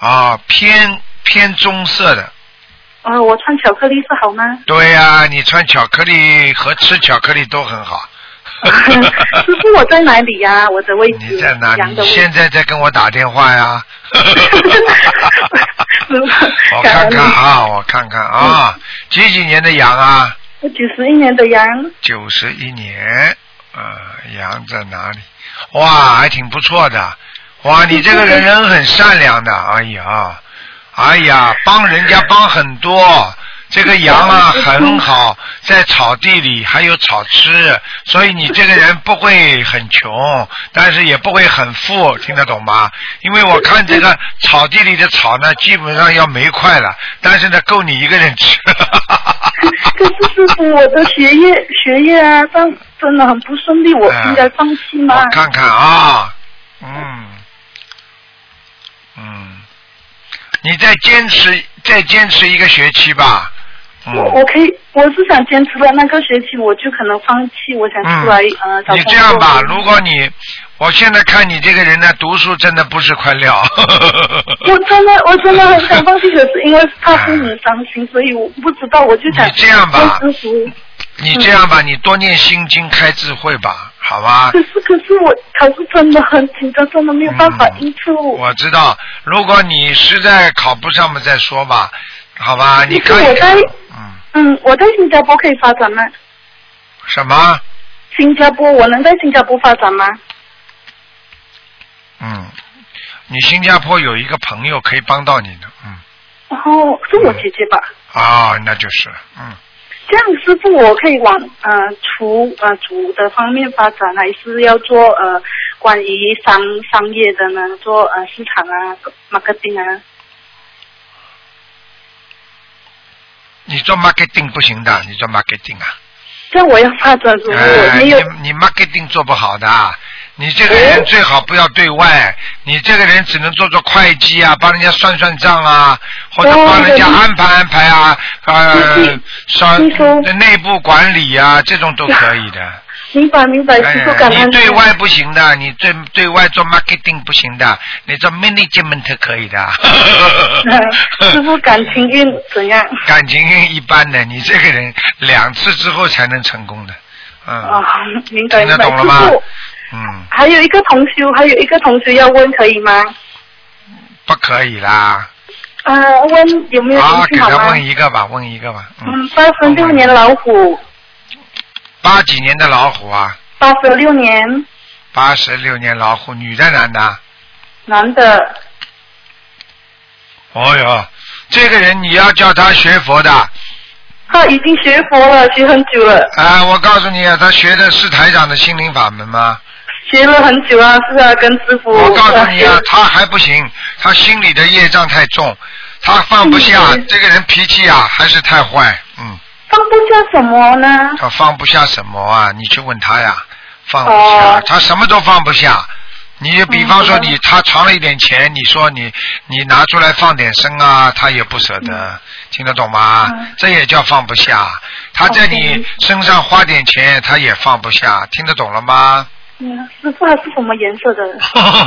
S1: 啊，偏偏棕色的，
S7: 呃，我穿巧克力是好吗？
S1: 对呀、你穿巧克力和吃巧克力都很好。
S7: 师傅，我在哪里呀、我的位置，
S1: 你在哪里？
S7: 羊的
S1: 你
S7: 位置
S1: 现在在跟我打电话 呀？
S7: 师傅
S1: 我
S7: 感
S1: 看
S7: 恩
S1: 看啊，我看看啊，
S7: 嗯
S1: 几几年的羊啊？
S7: 我九十一年的羊，
S1: 九十一年，啊，羊在哪里？哇，还挺不错的。哇，你这个人人很善良的，哎呀，哎呀，帮人家帮很多。这个羊啊很好，在草地里还有草吃，所以你这个人不会很穷，但是也不会很富，听得懂吗？因为我看这个草地里的草呢，基本上要没块了，但是呢，够你一个人吃。
S7: 可是师傅，我的学业学业啊，但真的很不顺利，我
S1: 啊
S7: 应该放弃吗？
S1: 我看看啊，嗯，嗯，你再坚持再坚持一个学期吧，
S7: 我
S1: 嗯，
S7: 我可以，我是想坚持了那个学期，我就可能放弃，我想出来、呃
S1: 嗯
S7: 找
S1: 你
S7: 工作。
S1: 这样吧，如果你，我现在看你这个人呢，读书真的不是块料，
S7: 我真的我真的很 想放弃，可是因为怕父母伤心，所以我不知道，我就想
S1: 你这样吧
S7: 问师傅。
S1: 你这样吧，你多念心经开智慧吧，好吧
S7: 可？是可是我考试真的很紧张，真的没有办法
S1: 嗯
S7: 应付。
S1: 我知道，如果你实在考不上嘛，再说吧，好吧？你
S7: 你
S1: 看
S7: 看我
S1: 一看
S7: 在，
S1: 嗯，
S7: 嗯，我在新加坡可以发展吗？
S1: 什么？
S7: 新加坡，我能在新加坡发展吗？
S1: 嗯，你新加坡有一个朋友可以帮到你的，嗯，
S7: 然后是我姐姐吧？
S1: 啊、那就是，嗯，
S7: 这样师傅，我可以往呃厨呃煮的方面发展，还是要做呃关于商商业的呢？做呃市场啊，marketing 啊？
S1: 你做 marketing 不行的，你做 marketing 啊，
S7: 这样我要发展，如果我
S1: 哎，
S7: 没
S1: 你
S7: 有哎
S1: 你 marketing 做不好的，你这个人最好不要对外，你这个人只能做做会计啊，帮人家算算账啊，或者
S7: 哦
S1: 帮人家
S7: 对
S1: 安排安排啊，
S7: 你
S1: 呃
S7: 你，
S1: 算
S7: 你说
S1: 内部管理啊，这种都可以的。
S7: 明白明白，师傅感
S1: 哎，
S7: 恩
S1: 你对外不行的，你对对外做 marketing 不行的，你做 management 可以的。
S7: 师傅感情运怎样？
S1: 感情一般的，你这个人两次之后才能成功的，嗯，
S7: 啊，明白
S1: 听得
S7: 明白，
S1: 懂了
S7: 师
S1: 吗
S7: 傅。？
S1: 嗯，
S7: 还有一个同修，还有一个同修要问，可以吗？
S1: 不可以啦。
S7: 呃，问有没有
S1: 啊，
S7: 同
S1: 给
S7: 修好
S1: 他
S7: 吗？
S1: 问一个吧，问一个吧。嗯，
S7: 嗯，八十六年老虎，
S1: 八几年的老虎啊，
S7: 八十六年
S1: 八十六年老虎，女的男的啊？
S7: 男的，
S1: 哦哟，这个人你要叫他学佛的啊、
S7: 他已经学佛了，学很久了，
S1: 我告诉你啊，他学的是台长的心灵法门吗？
S7: 学了很久啊，是啊，跟师傅。
S1: 我告诉你啊
S7: 呃，
S1: 他还不行，他心里的业障太重，他放不下，
S7: 嗯
S1: 这个人脾气啊还是太坏，嗯，
S7: 放不下什么呢？
S1: 他放不下什么啊？你去问他呀，放不下，
S7: 哦
S1: 他什么都放不下。你比方说
S7: 嗯
S1: 你他藏了一点钱，你说你你拿出来放点生啊，他也不舍得，听得懂吗
S7: 嗯？
S1: 这也叫放不下。他在你
S7: 嗯
S1: 身上花点钱，他也放不下，听得懂了 吗？
S7: 嗯，师傅他是什么颜色的？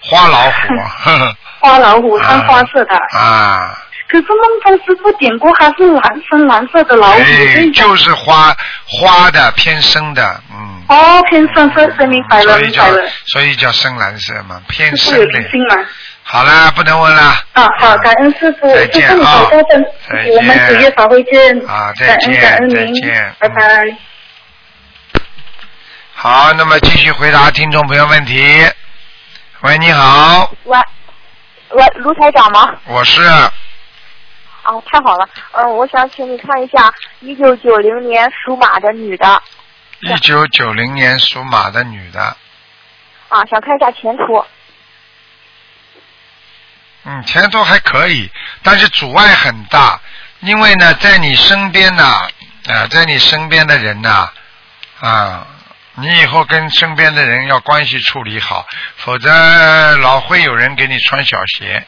S1: 花老虎，呵呵
S7: 花老虎，穿花色的。
S1: 啊。
S7: 可是梦中师傅点过，他是蓝深蓝色的老虎，所
S1: 哎
S7: 以，
S1: 就是花花的偏深的，嗯。
S7: 哦，偏深色，深明白了，
S1: 所以
S7: 明
S1: 叫
S7: 白了。
S1: 所以叫深蓝色嘛，偏
S7: 师
S1: 深
S7: 傅有灵
S1: 的。
S7: 性嘛？
S1: 好啦，不能问啦。
S7: 啊，好，感恩师傅，
S1: 再
S7: 师
S1: 见
S7: 傅你
S1: 啊
S7: 保重身
S1: 再
S7: 体，我们
S1: 见
S7: 九月法会见。
S1: 啊再
S7: 感恩
S1: 见
S7: 感恩
S1: 再
S7: 您
S1: 见，
S7: 拜
S1: 嗯
S7: 拜。
S1: 好，那么继续回答听众朋友问题。喂，你好，
S8: 喂，喂，卢台长吗？
S1: 我是
S8: 啊，太好了。嗯、我想请你看一下，一九九零年属马的女的
S1: 一九九零年属马的女的，
S8: 啊，想看一下前途。
S1: 嗯，前途还可以，但是阻碍很大，因为呢，在你身边呐，啊、在你身边的人呐，啊，你以后跟身边的人要关系处理好，否则老会有人给你穿小鞋，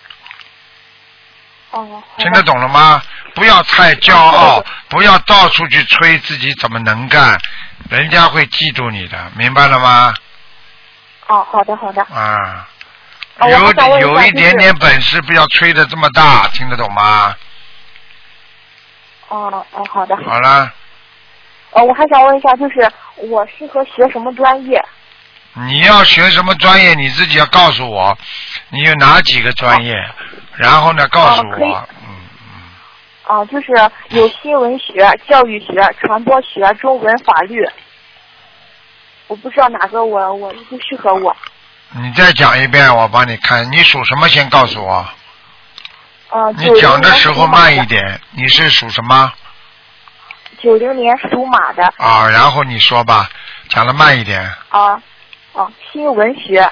S8: 哦，好
S1: 听
S8: 的
S1: 得懂了吗？不要太骄傲，
S8: 哦
S1: 不要到处去吹自己怎么能干，人家会嫉妒你的，明白了吗？
S8: 哦，好的，好的。
S1: 啊，
S8: 哦我还想
S1: 有
S8: 问
S1: 有
S8: 一下
S1: 一
S8: 就是
S1: 点点本事，不要吹的这么大，听得懂吗？
S8: 哦哦，好的。
S1: 好啦，
S8: 呃，我还想问一下，就是我适合学什么专业？
S1: 你要学什么专业，你自己要告诉我，你有哪几个专业，然后呢告诉
S8: 哦可以
S1: 我。嗯
S8: 啊、就是有新闻学、教育学、传播学、中文、法律。我不知道哪个我我最适合我。
S1: 你再讲一遍，我帮你看。你属什么？先告诉我。
S8: 呃，
S1: 你讲的时候慢一。点。你是属什么
S8: 九零年属马的
S1: 啊？然后你说吧，讲的慢一点。
S8: 啊，啊，新闻学、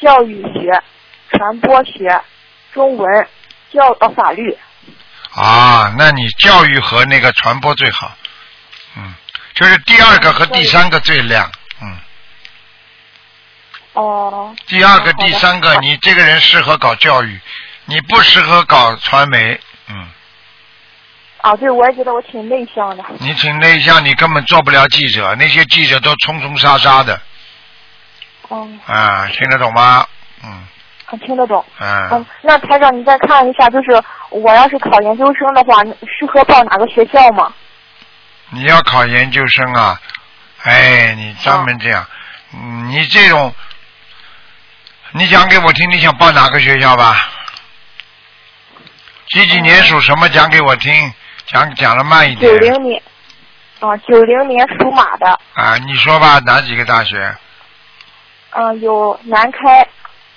S8: 教育学、传播学、中文、教呃法律。
S1: 啊，那你教育和那个传播最好，嗯，就是第二个和第三个最亮，嗯，
S8: 哦、
S1: 第二个、
S8: 好的
S1: 第三个，你这个人适合搞教育，你不适合搞传媒，嗯，
S8: 啊，对，我也觉得我挺内向的。
S1: 你挺内向，你根本做不了记者，那些记者都冲冲杀杀的，
S8: 嗯，
S1: 啊，听得懂吗？嗯
S8: 听得懂。
S1: 嗯
S8: 嗯，，那台长，你再看一下，就是我要是考研究生的话，适合报哪个学校吗？
S1: 你要考研究生啊，哎，你专门这样，嗯你这种，你讲给我听，你想报哪个学校吧？几几年属什么？讲给我听，讲讲的慢一点
S8: 九零年，啊，九零年属马的，
S1: 啊，你说吧，哪几个大学？
S8: 嗯、有南开，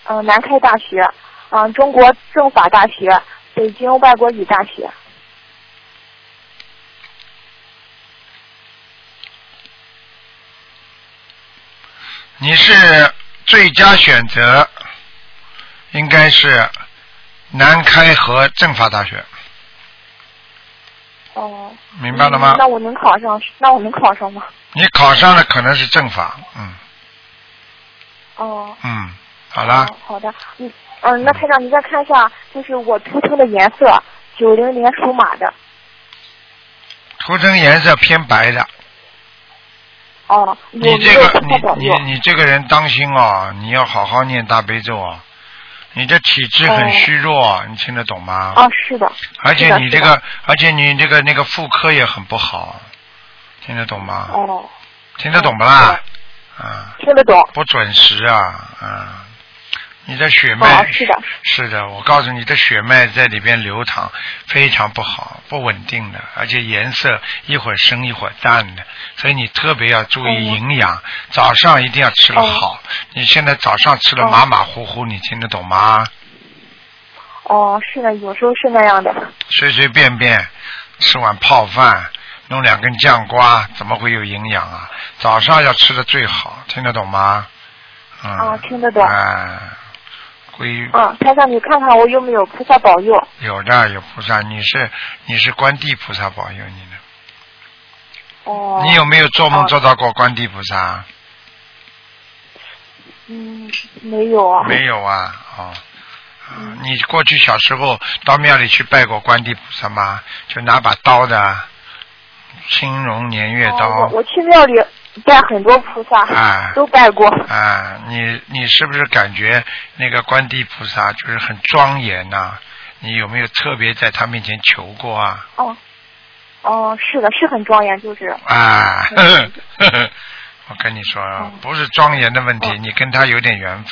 S8: 嗯、南开大学，嗯、中国政法大学，北京外国语大学，
S1: 你是最佳选择，应该是南开和政法大学，
S8: 哦、
S1: 明白了吗
S8: 嗯？那我能考上，那我能考上吗？
S1: 你考上了可能是政法，嗯
S8: 哦、
S1: 嗯，好啦，
S8: 哦好的，嗯嗯、那台长，你再看一下，就是我图腾的颜色，九零年属马的，
S1: 图腾颜色偏白的，
S8: 哦、有没
S1: 你
S8: 有
S1: 这个
S8: 太保
S1: 你
S8: 佑？
S1: 你你这个人当心哦，你要好好念大悲咒哦。你的体质很
S8: 哦
S1: 虚弱，你听得懂吗？
S8: 啊，是的，
S1: 而且
S8: 是的
S1: 你
S8: 是
S1: 这
S8: 的
S1: 个，而且你这个那个妇科也很不好，听得懂吗？
S8: 哦，
S1: 听得懂不啦？啊，
S8: 听得懂。
S1: 不准时啊，啊，你的血脉、
S8: 哦，是的，
S1: 是的，我告诉你，的血脉在里边流淌，非常不好，不稳定的，而且颜色一会儿深一会儿淡的，所以你特别要注意
S8: 哦
S1: 营养，早上一定要吃了好。你现在早上吃了
S8: 哦
S1: 马马虎虎，你听得懂吗？
S8: 哦，是的，有时候是那样的。
S1: 随随便便吃碗泡饭，弄两根酱瓜，怎么会有营养啊？早上要吃的最好，听得懂吗？嗯、
S8: 啊听得懂
S1: 哎，规
S8: 嗯，台上你看看我有没有菩萨保佑？
S1: 有的有菩萨，你是你是观地菩萨保佑你的。
S8: 哦，
S1: 你有没有做梦
S8: 哦
S1: 做到过观地菩萨？
S8: 嗯，没有啊。
S1: 没有啊，哦。啊你过去小时候到庙里去拜过观地菩萨吗？就拿把刀的，啊青龙偃月刀。
S8: 哦我我去庙里拜很多菩萨，
S1: 啊
S8: 都拜过。
S1: 啊，你你是不是感觉那个观地菩萨就是很庄严呐、你有没有特别在他面前求过啊？
S8: 哦，哦，是的，是很庄严，就是。
S1: 啊，
S8: 嗯
S1: 我跟你说啊，
S8: 嗯
S1: 不是庄严的问题，
S8: 嗯
S1: 你跟他有点缘分，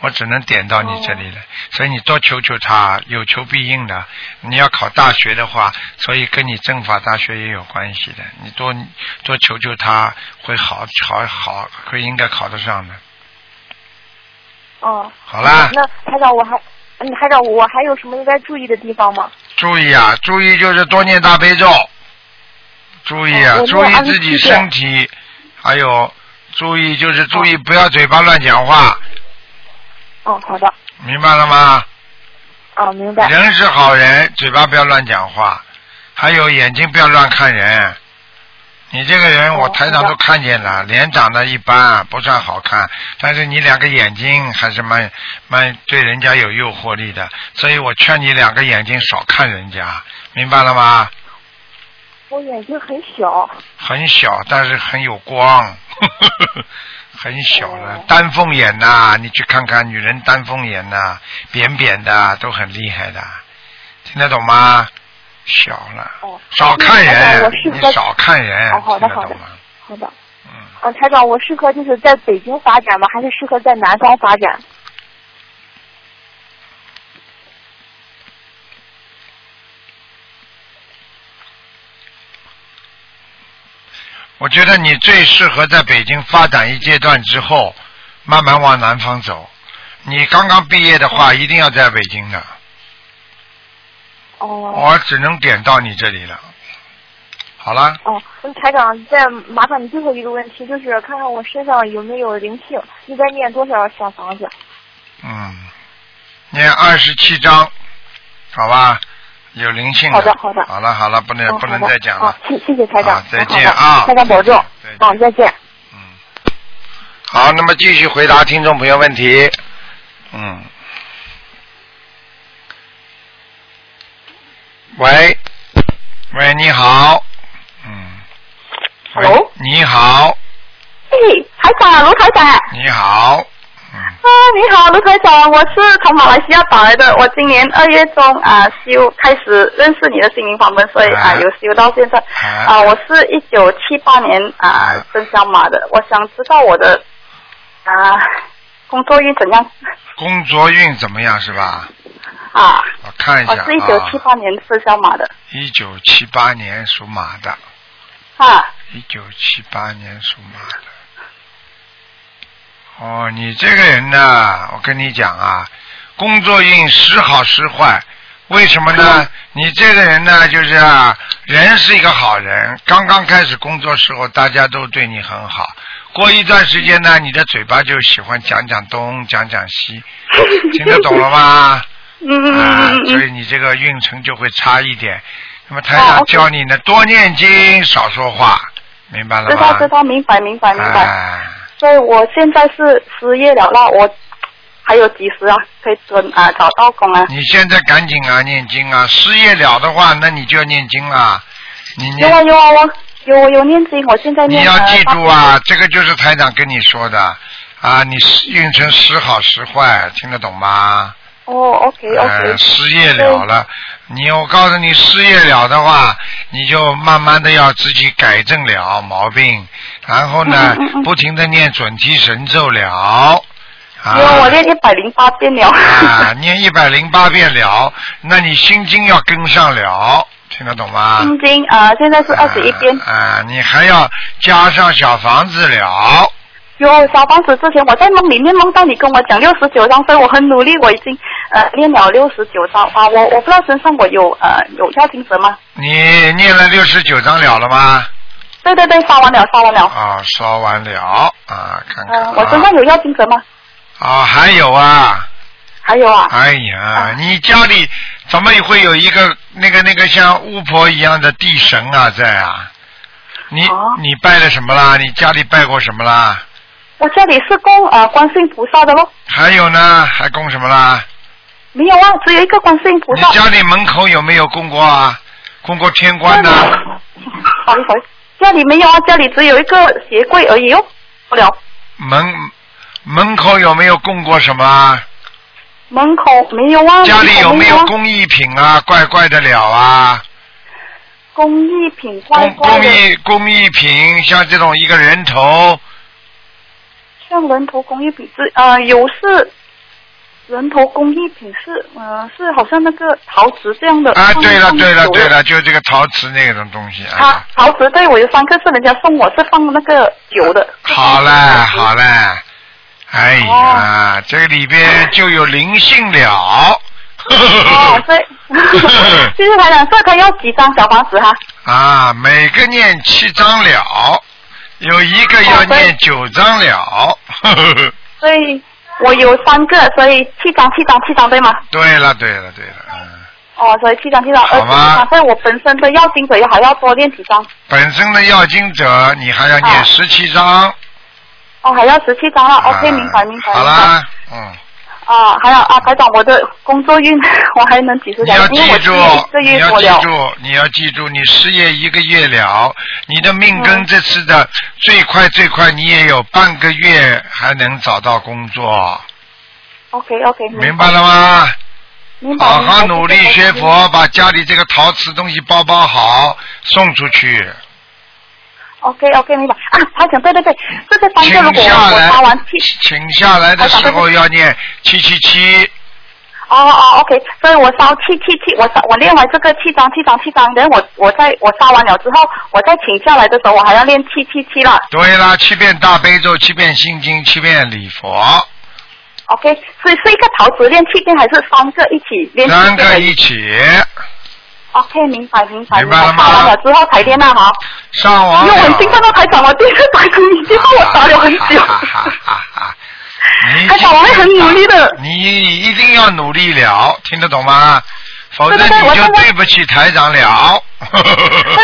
S1: 我只能点到你这里
S8: 哦
S1: 了。所以你多求求他，有求必应的。你要考大学的话，所以跟你政法大学也有关系的。你多多求求他，会好好好，会应该考得上的。
S8: 哦。
S1: 好啦。
S8: 那台长，我还，嗯，台长，我还有什么应该注意的地方吗？
S1: 注意啊，注意就是多念大悲咒，注意啊，
S8: 哦我
S1: 注
S8: 念
S1: 意
S8: 了
S1: 自己
S8: 27
S1: 身体，还有注意就是注意不要嘴巴乱讲话，
S8: 哦，好的。
S1: 明白了吗？
S8: 哦，明白。
S1: 人是好人，嘴巴不要乱讲话，还有眼睛不要乱看人。你这个人，
S8: 哦
S1: 我台长
S8: 好的
S1: 都看见了，脸长得一般，不算好看，但是你两个眼睛还是蛮蛮对人家有诱惑力的，所以我劝你两个眼睛少看人家，明白了吗？
S8: 我眼睛很小。
S1: 很小，但是很有光， 很小了
S8: 哦，
S1: 丹凤眼呐、你去看看女人丹凤眼呐、扁扁的都很厉害的，听得懂吗？小了，
S8: 哦，
S1: 少看
S8: 那个
S1: 人
S8: 我适，
S1: 你
S8: 合
S1: 少看人，
S8: 哦好
S1: 哎听
S8: 的
S1: 得
S8: 好的
S1: 懂吗？
S8: 好的。
S1: 嗯，
S8: 嗯，台长，我适合就是在北京发展吗？还是适合在南方发展？
S1: 我觉得你最适合在北京发展一阶段之后，慢慢往南方走。你刚刚毕业的话，一定要在北京的，
S8: 哦
S1: 我只能点到你这里了。好了，
S8: 哦，嗯台长，再麻烦你最后一个问题，就是看看我身上有没有灵性，应该念多少小房子？
S1: 嗯，念二十七章，好吧，有灵性
S8: 好的好的
S1: 好了好了，不能、
S8: 嗯，
S1: 哎不能
S8: 好的
S1: 再讲了
S8: 好。，谢谢谢台长
S1: 啊，再
S8: 好
S1: 见
S8: 的
S1: 啊
S8: 台长保重，
S1: 再见
S8: 啊，再见。
S1: 嗯，好，那么继续回答听众朋友问题。嗯，喂，喂，你好，嗯喂
S7: Hello？
S1: 你好，
S7: 哎，台长，卢台长，啊，
S1: 你好，嗯，
S7: 你好，卢台长，我是从马来西亚打来的，我今年二月中啊修开始认识你的心灵法门，所以啊
S1: 啊
S7: 有修到现在
S1: 啊
S7: 啊，我是一九七八年啊
S1: 啊
S7: 生肖马的，我想知道我的啊工作运怎样
S1: 工作运怎么样是吧？
S7: 啊？
S1: 我看一下
S7: 我
S8: 哦
S1: 啊
S7: 是一，九七八年生肖马的
S1: 一九七八年属马的，
S7: 啊，
S1: 一九七八年属马的。哦，你这个人呢，我跟你讲啊，工作运时好时坏。为什么呢？你这个人呢，就是啊，人是一个好人。刚刚开始工作时候，大家都对你很好。过一段时间呢，你的嘴巴就喜欢讲讲东，讲讲西，听得懂了吗？
S7: 嗯嗯嗯
S1: 啊
S7: 嗯，嗯
S1: 所以你这个运程就会差一点。那么台
S7: 哦
S1: 长
S7: ，OK
S1: 教你呢，多念经，少说话，明白了
S7: 知
S1: 吗？
S7: 道知道，明白明白明白，
S1: 哎，
S7: 所以我现在是失业了，那我还有几时啊可以准啊找到工啊？
S1: 你现在赶紧啊，念经啊！失业了的话，那你就要念经啦。你
S7: 有啊
S1: 念，
S7: 有啊，我有我有念经，我现在
S1: 你
S7: 念。
S1: 要
S7: 呃
S1: 记住啊，！这个就是台长跟你说的啊，你时运程时好时坏，听得懂吗？
S7: 哦，OK
S1: 呃，
S7: OK，
S1: 失业了了，
S7: 嗯
S1: 你我告诉你，失业了的话，你就慢慢的要自己改正了毛病，然后
S7: 嗯
S1: 呢，不停的念准提神咒了，
S7: 因
S1: 啊，
S7: 为我念一百零八遍了。
S1: 啊，念一百零八遍了，那你心经要跟上了，听得懂 吗？
S7: 心经啊，现在是二十一遍。
S1: 啊、啊你还要加上小房子了，
S7: 有小房子之前，我在梦里面梦到你跟我讲六十九章，所以我很努力，我已经呃念了六十九章啊。我我不知道身上我有呃有药精神吗？
S1: 你念了六十九章了了吗？
S7: 对对对，烧完了烧完了。
S1: 啊，烧完了啊，看看
S7: 嗯、
S1: 啊，
S7: 我身上有药精神吗？
S1: 啊，还有啊，
S7: 还有啊，
S1: 哎呀，你家里怎么会有一个那个那个像巫婆一样的地神啊在啊？你、
S7: 哦
S1: 你拜了什么啦？你家里拜过什么啦？
S7: 我家里是供呃观世音菩萨的咯，
S1: 还有呢，还供什么啦？
S7: 没有啊，只有一个观世音菩
S1: 你
S7: 萨。
S1: 家里门口有没有供过啊？供过天官呐、
S7: 不好意思，家啊里没有啊，家里只有一个鞋柜而已哦。不了，
S1: 门门口有没有供过什么啊？
S7: 门口没有啊。
S1: 家里有
S7: 门
S1: 没
S7: 口没
S1: 有
S7: 啊？
S1: 工艺品啊？怪怪的了啊！
S7: 工艺品乖
S1: 工
S7: 乖
S1: 工
S7: 的，
S1: 艺工艺品，像这种一个人头，
S7: 像人头工艺品是呃有是人头工艺品是呃是好像那个陶瓷这样的。
S1: 啊，对了
S7: 放
S1: 对了
S7: 久
S1: 对。了，就这个陶瓷那种东西
S7: 啊
S1: 啊。，
S7: 陶瓷对我有三个是人家送我，是放那个酒的。
S1: 好嘞好嘞，哎呀，这里边就有灵性了。
S7: 哦，所以 谢谢台长，这个要几张小房子哈？
S1: 啊，每个念七章了，有一个要
S7: 好的
S1: 念九章了。
S7: 所以我有三个，所以七张七张七张对吗？
S1: 对了，对了，对了，嗯，
S7: 哦，所以七张七张二
S1: 好
S7: 十
S1: 吗
S7: 张，所以我本身的要精者也还要多练几张，
S1: 本身的要经者，你还要念
S7: 啊
S1: 十七章。
S7: 哦，还要十七张了。
S1: 啊
S7: OK，明白明白。
S1: 好
S7: 明白。
S1: 啦，嗯，
S7: 啊，还有啊，台长，我的工作运 我还能几十
S1: 你
S7: 张
S1: 要，
S7: 因为
S1: 记
S7: 我
S1: 住
S7: 失业一，
S1: 你
S7: 个
S1: 要
S7: 月多
S1: 记
S7: 了。
S1: 住，你要记住，你失业一个月了，你的命根
S7: 嗯
S1: 这次的最快最快，你也有半个月还能找到工作，
S7: OK OK，
S1: 明白了吗？
S7: 明白
S1: 好好
S7: 明白
S1: 努力
S7: 谢谢
S1: 学佛，把家里这个陶瓷东西包包好，送出去。
S7: OK OK，明白啊，台长，对对对，这个方
S1: 请
S7: 面如果
S1: 下
S7: 我我
S1: 来
S7: 发完气，，
S1: 请下来的时候要念七七七。
S7: 哦哦 OK，所以我烧气气气，我烧我练完这个气张气张气张，然后我我再我烧完了之后，我再请下来的时候，我还要练气气气了。
S1: 对啦，七遍大悲咒，七遍心经，七遍礼佛，
S7: OK，是是一个陶瓷练气垫，还是三个一起练气
S1: 三
S7: 垫
S1: 个
S7: 的
S1: 一起。
S7: ？OK，明哦白明白
S1: 明白了吗
S7: 烧完了之后才练啊哈。
S1: 上网
S7: 因为
S1: 了
S7: 我已经看到台长，我第一次打通你电话，我打了很久。
S1: 哈哈哈哈！你
S7: 台长，我会很努力的。
S1: 你一定要努力了，听得懂吗？否则
S7: 对对对
S1: 你
S7: 我
S1: 就
S7: 现在
S1: 对不起台长了。
S7: 对对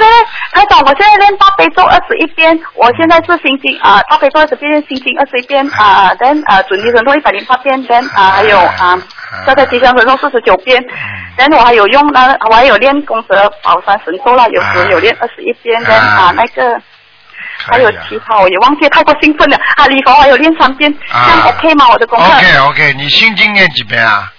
S7: 对，台长，我现在练大悲咒二十一遍，我现在是心经啊、大悲咒二十遍，心经二十一遍啊，等、呃、啊、准提神咒一百零八遍，等啊、还有啊，这个吉祥神咒四十九遍，等、我还有用呢，我还有练功德宝山神咒啦，有时有练二十一遍，等啊、那个。还有其他我也忘记，太过兴奋了啊！礼佛还有练三遍，这样 OK 吗？我的功课
S1: OK OK，你心经念几遍啊？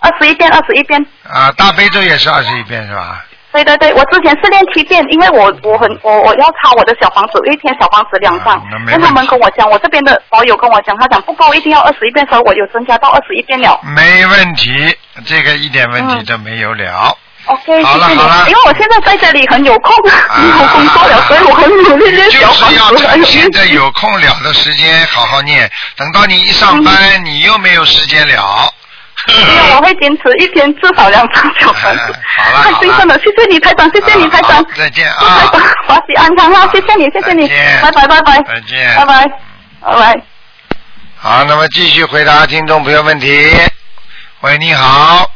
S7: 二十一遍，二十一遍，
S1: 啊，大悲咒也是二十一遍是吧？
S7: 对对对，我之前是练七遍，因为我我很我我要抄我的小房子，一天小房子两张
S1: 啊那，没
S7: 但他
S1: 问
S7: 们跟我讲，我这边的网友跟我讲，他讲不够，一定要二十一遍，所以我有增加到二十一遍了。
S1: 没问题，这个一点问题
S7: 嗯
S1: 都没有了。
S7: OK，
S1: 好
S7: 谢
S1: 了
S7: 谢你
S1: 好了，啊
S7: 因为我现在在这里很有空，没有工作了， 所以我很努力练
S1: 就
S7: 小房
S1: 是要
S7: 子，还有
S1: 趁现在
S7: 练
S1: 有空了的时间好好念，等到你一上班，
S7: 嗯
S1: 你又没有时间了。
S7: 因为我会坚持一天至少两张小房子。
S1: 好了
S7: 太
S1: 好
S7: 兴奋
S1: 了，
S7: 了，谢谢你台长，谢谢你台
S1: 好
S7: 长，
S1: 再见
S7: 祝台
S1: 啊，
S7: 长法喜安康啊，谢谢你谢谢你
S1: 再见，
S7: 拜拜拜 拜
S1: 再见。
S7: 拜拜拜拜。
S1: 好，那么继续回答听众朋友问题。喂，你好，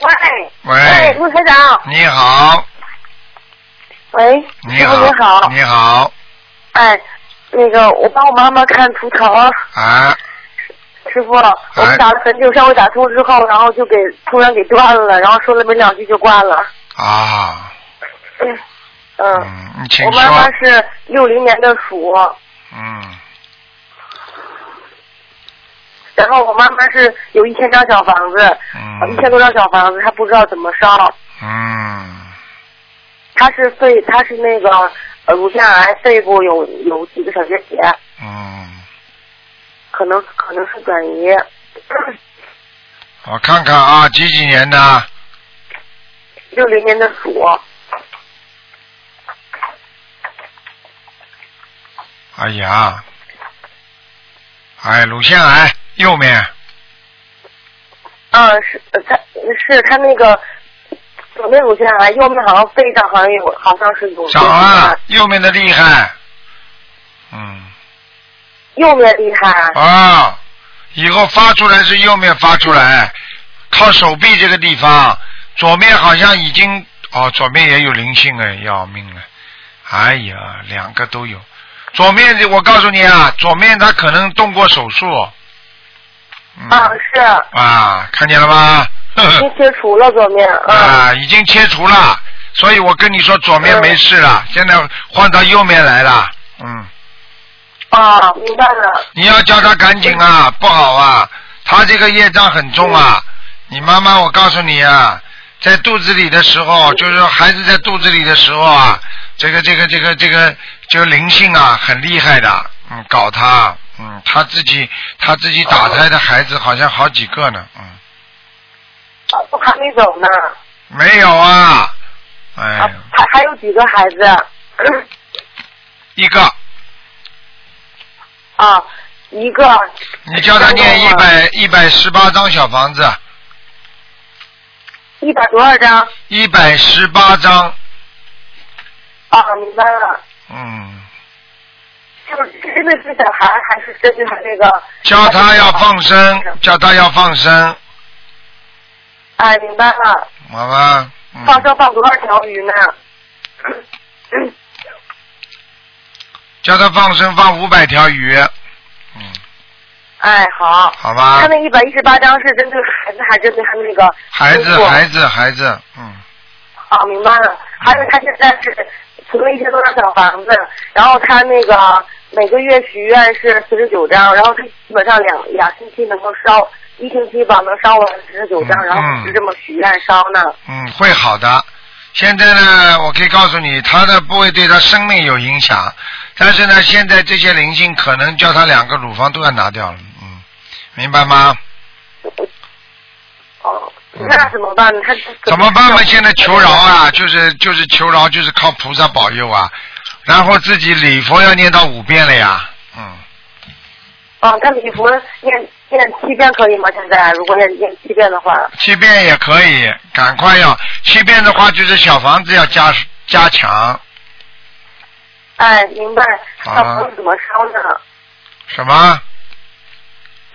S6: 喂，哎
S1: 喂，
S6: 陆台长，
S1: 你好，
S6: 喂，
S1: 你
S6: 师傅
S1: 好，
S6: 你好，
S1: 你好，
S6: 哎，那个我帮我妈妈看图腾，
S1: 啊，
S6: 师傅，我
S1: 哎
S6: 们打了很久，上回打通之后，然后就给突然给断了，然后说了没两句就挂了。
S1: 啊，
S6: 嗯，
S1: 嗯，你请
S6: 我妈妈
S1: 说，
S6: 是六零年的鼠，
S1: 嗯，
S6: 然后我妈妈是有一千张小房子，一
S1: 嗯，
S6: 千多张小房子，她不知道怎么烧，
S1: 嗯，
S6: 她是肺，她是那个呃乳腺癌，肺部有有几个小结节，
S1: 嗯，
S6: 可能可能是转移。
S1: 我看看啊，几几年的？
S6: 六零年的鼠，啊
S1: 哎呀，哎，乳腺癌右面，
S6: 嗯，是呃他是他那个左面乳腺癌，右面好像肺上好像有，好像是有
S1: 长啊， 右面的厉害，嗯，
S6: 右面厉害啊。
S1: 啊，以后发出来是右面发出来，靠手臂这个地方，左面好像已经哦，左面也有灵性哎，要命了，哎呀，两个都有，左面这我告诉你啊，左面他可能动过手术，嗯、
S6: 啊，是
S1: 啊，看见了吗？ 呵呵
S6: 已经切除了左面啊。
S1: 啊，已经切除了，所以我跟你说左面没事了，现在换到右面来了，嗯，
S6: 啊，明白了。
S1: 你要叫他赶紧啊，不好啊，他这个业障很重啊，你妈妈我告诉你啊，在肚子里的时候，就是说孩子在肚子里的时候啊，这个这个这个这个就灵性啊，很厉害的，嗯，搞他，嗯，他自己他自己打胎的孩子好像好几个呢，嗯，
S6: 啊我还没走呢，
S1: 没有啊，哎
S6: 啊
S1: 呀，
S6: 还还有几个孩子
S1: 一个。
S6: 啊？一个
S1: 你叫他念一百一百十八张小房子，
S6: 一百多少张？
S1: 一百十八张，
S6: 啊，明白了。
S1: 嗯，
S6: 就是真的是小孩，还是真的是那个？
S1: 叫他要放生，叫他要放生，
S6: 哎，明白了。
S1: 好吧？嗯、
S6: 放生放多少条鱼呢？
S1: 叫他放生放五百条鱼，嗯，
S6: 哎，好。
S1: 好吧
S6: 他？那一百一十八张是针对孩子，还针对他那个
S1: 孩
S6: 工
S1: 子，
S6: 作
S1: 孩子，孩子，嗯，
S6: 啊，明白了。还有他现在是存了一千多张小房子，然后他那个每个月许愿是四十九张，然后他基本上两两星期能够烧一星期吧能烧完十九张，然后是这么许愿烧呢。
S1: 嗯，会好的。现在呢，我可以告诉你，他的不会对他生命有影响，但是呢，现在这些灵性可能叫他两个乳房都要拿掉了，嗯，明白吗？
S6: 哦，那怎么办？他
S1: 嗯怎么办嘛？现在求饶啊，就是就是求饶，就是靠菩萨保佑啊，然后自己礼佛要念到五遍了呀，嗯，
S6: 啊，他礼佛念念七遍可以吗？现在如果念念七遍的话，
S1: 七遍也可以，赶快要七遍的话，就是小房子要加加强，
S6: 哎，明白。
S1: 啊
S6: 那怎么烧呢？
S1: 什么？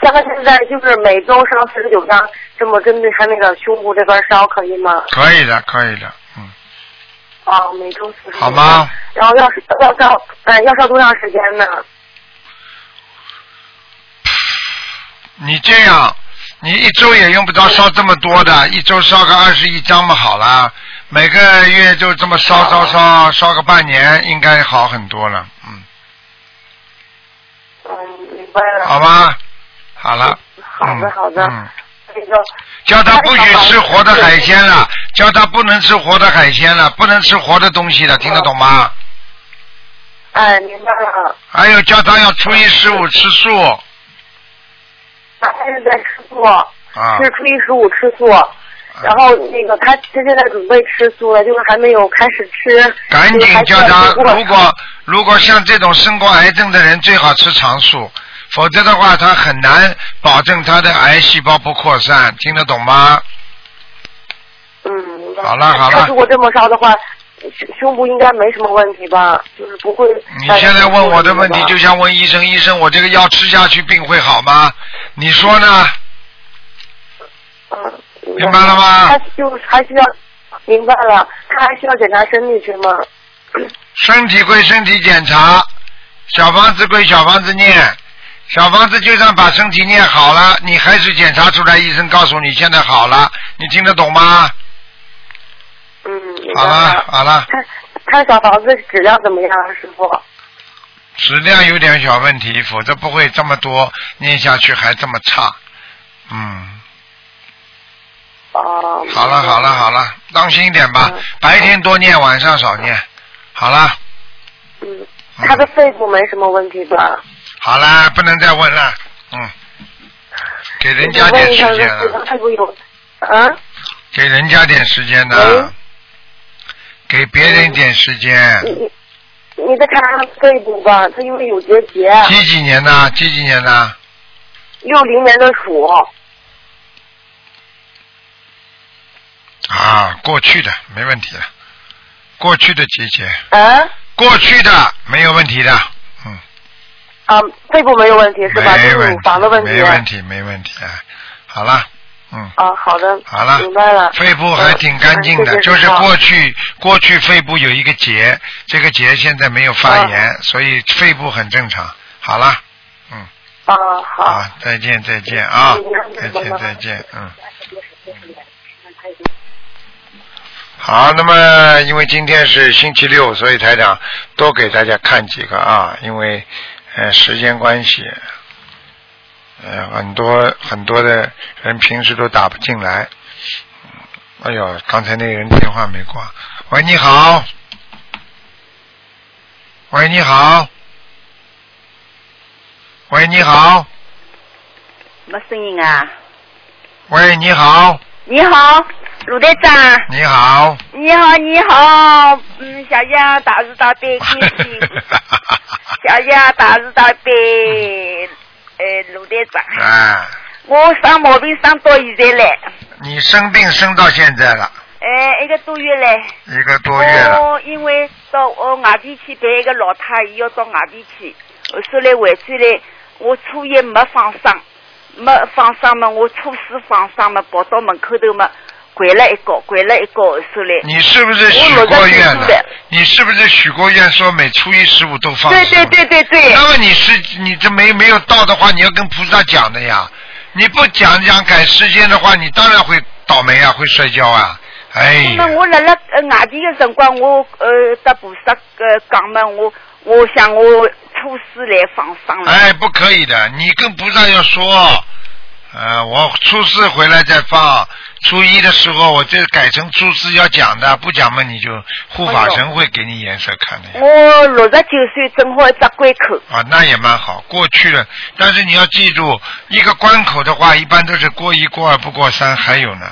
S6: 像他现在就是每周烧四十九张，这么针对他那个胸部这边烧可以吗？
S1: 可以的，可以的，嗯，
S6: 啊，每周四十。
S1: 好吗？
S6: 然后要是要烧，嗯、要烧多长时间呢？
S1: 你这样，你一周也用不着烧这么多的，一周烧个二十一张嘛，好了，每个月就这么烧烧烧烧个半年，应该好很多了，嗯，
S6: 嗯，明白了。
S1: 好吧，好了，
S6: 好的，好的。
S1: 嗯，
S6: 那个
S1: 叫他不许吃活的海鲜了，叫他不能吃活的海鲜了，不能吃活的东西了，听得懂吗？
S6: 哎，明白了。
S1: 还有叫他要初一十五吃素
S6: 他现在吃素，
S1: 啊
S6: 是初一十五吃素，然后那个他他现在准备吃素了，就是还没有开始吃。
S1: 赶
S6: 就是还
S1: 紧
S6: 是
S1: 叫他，
S6: 要
S1: 如果如果像这种生过癌症的人，最好吃常素，否则的话，他很难保证他的癌细胞不扩散，听得懂吗？
S6: 嗯，明白
S1: 好了好了
S6: 他如果这么烧的话，胸胸部应该没什么问题吧？就是不会。
S1: 你现在问我的问题，就像问医生，医生，我这个药吃下去病会好吗？你说呢？
S6: 嗯
S1: 明白了吗？
S6: 他就是还需要，明白了，他还需要检查身体去吗？
S1: 身体归身体检查，小房子归小房子念，小房子就算把身体念好了，你还是检查出来，医生告诉你现在好了，你听得懂吗？
S6: 嗯，明白
S1: 好了好了，
S6: 他的小房子质量怎么样啊，师傅？
S1: 质量有点小问题，否则不会这么多念下去还这么差。嗯，
S6: 哦，
S1: 好了好了好了，当心一点吧，
S6: 嗯
S1: 白天多念，晚上少念。好了
S6: 他的肺部没什么问题吧？
S1: 好了，不能再问了，嗯，给人家点时间了。嗯
S6: 了。肺部有，啊？
S1: 给人家点时间呢，
S6: 嗯
S1: 给别人点时间。
S6: 你你你再看看他的肺部吧，他因为有结节，
S1: 几几年呢？几几年呢？
S6: 六零年的鼠，
S1: 啊，过去的没问题的，过去的季节，
S6: 啊
S1: 过去的没有问题的，
S6: 啊，肺部没有问题是吧？就
S1: 没
S6: 是
S1: 问
S6: 乳房的问题。
S1: 没问题，没问题。啊好了，嗯，
S6: 啊，好的。
S1: 好了
S6: 明白了。
S1: 肺部还挺干净的，
S6: 嗯
S1: 就
S6: 谢谢
S1: 是
S6: 师傅
S1: 过去过去肺部有一个结，这个结现在没有
S6: 嗯
S1: 发炎，所以肺部很正常。好了，
S6: 啊，好。
S1: 啊，再见再见啊
S6: 嗯，
S1: 再见再见，嗯。好，那么因为今天是星期六，所以台长多给大家看几个啊，因为呃时间关系，呃很多很多的人平时都打不进来。哎呦，刚才那个人电话没挂。喂，你好。喂，你好。喂，你好。
S9: 没声音啊！
S1: 喂，你好。
S9: 你好，卢队长。
S1: 你好。
S9: 你好，你好，嗯，谢谢大慈大悲观世音，谢谢大慈大悲，呃，卢队长，
S1: 哎，
S9: 我生毛病生到现在嘞，
S1: 你生病生到现在了，
S9: 呃，一个多月嘞。
S1: 一个多月了。
S9: 我哦因为到我外地去陪一个老太，伊要到外地去，后首来回转来，我初一没放生，没放生嘛，我初四放生嘛，跑到门口头嘛，跪了一跤，跪了一跤，后首来。
S1: 你是不是许过愿了？你是不是许过愿说每初一十五都放生？
S9: 对对对对对
S1: 那么你是你这没没有到的话，你要跟菩萨讲的呀。你不讲讲赶时间的话，你当然会倒霉啊，会摔跤啊。哎，
S9: 那么我辣辣呃外地的辰光，我呃搭菩萨呃讲嘛，我我想我初四来放生了。
S1: 哎哎，不可以的，你跟菩萨要说，呃，我初四回来再放，初一的时候我这改成初四要讲的，不讲嘛你就护法神会给你颜色看的呀。
S9: 我六十九岁正好一只关口，
S1: 啊，那也蛮好，过去了。但是你要记住，一个关口的话，一般都是过一、过二不过三，还有呢。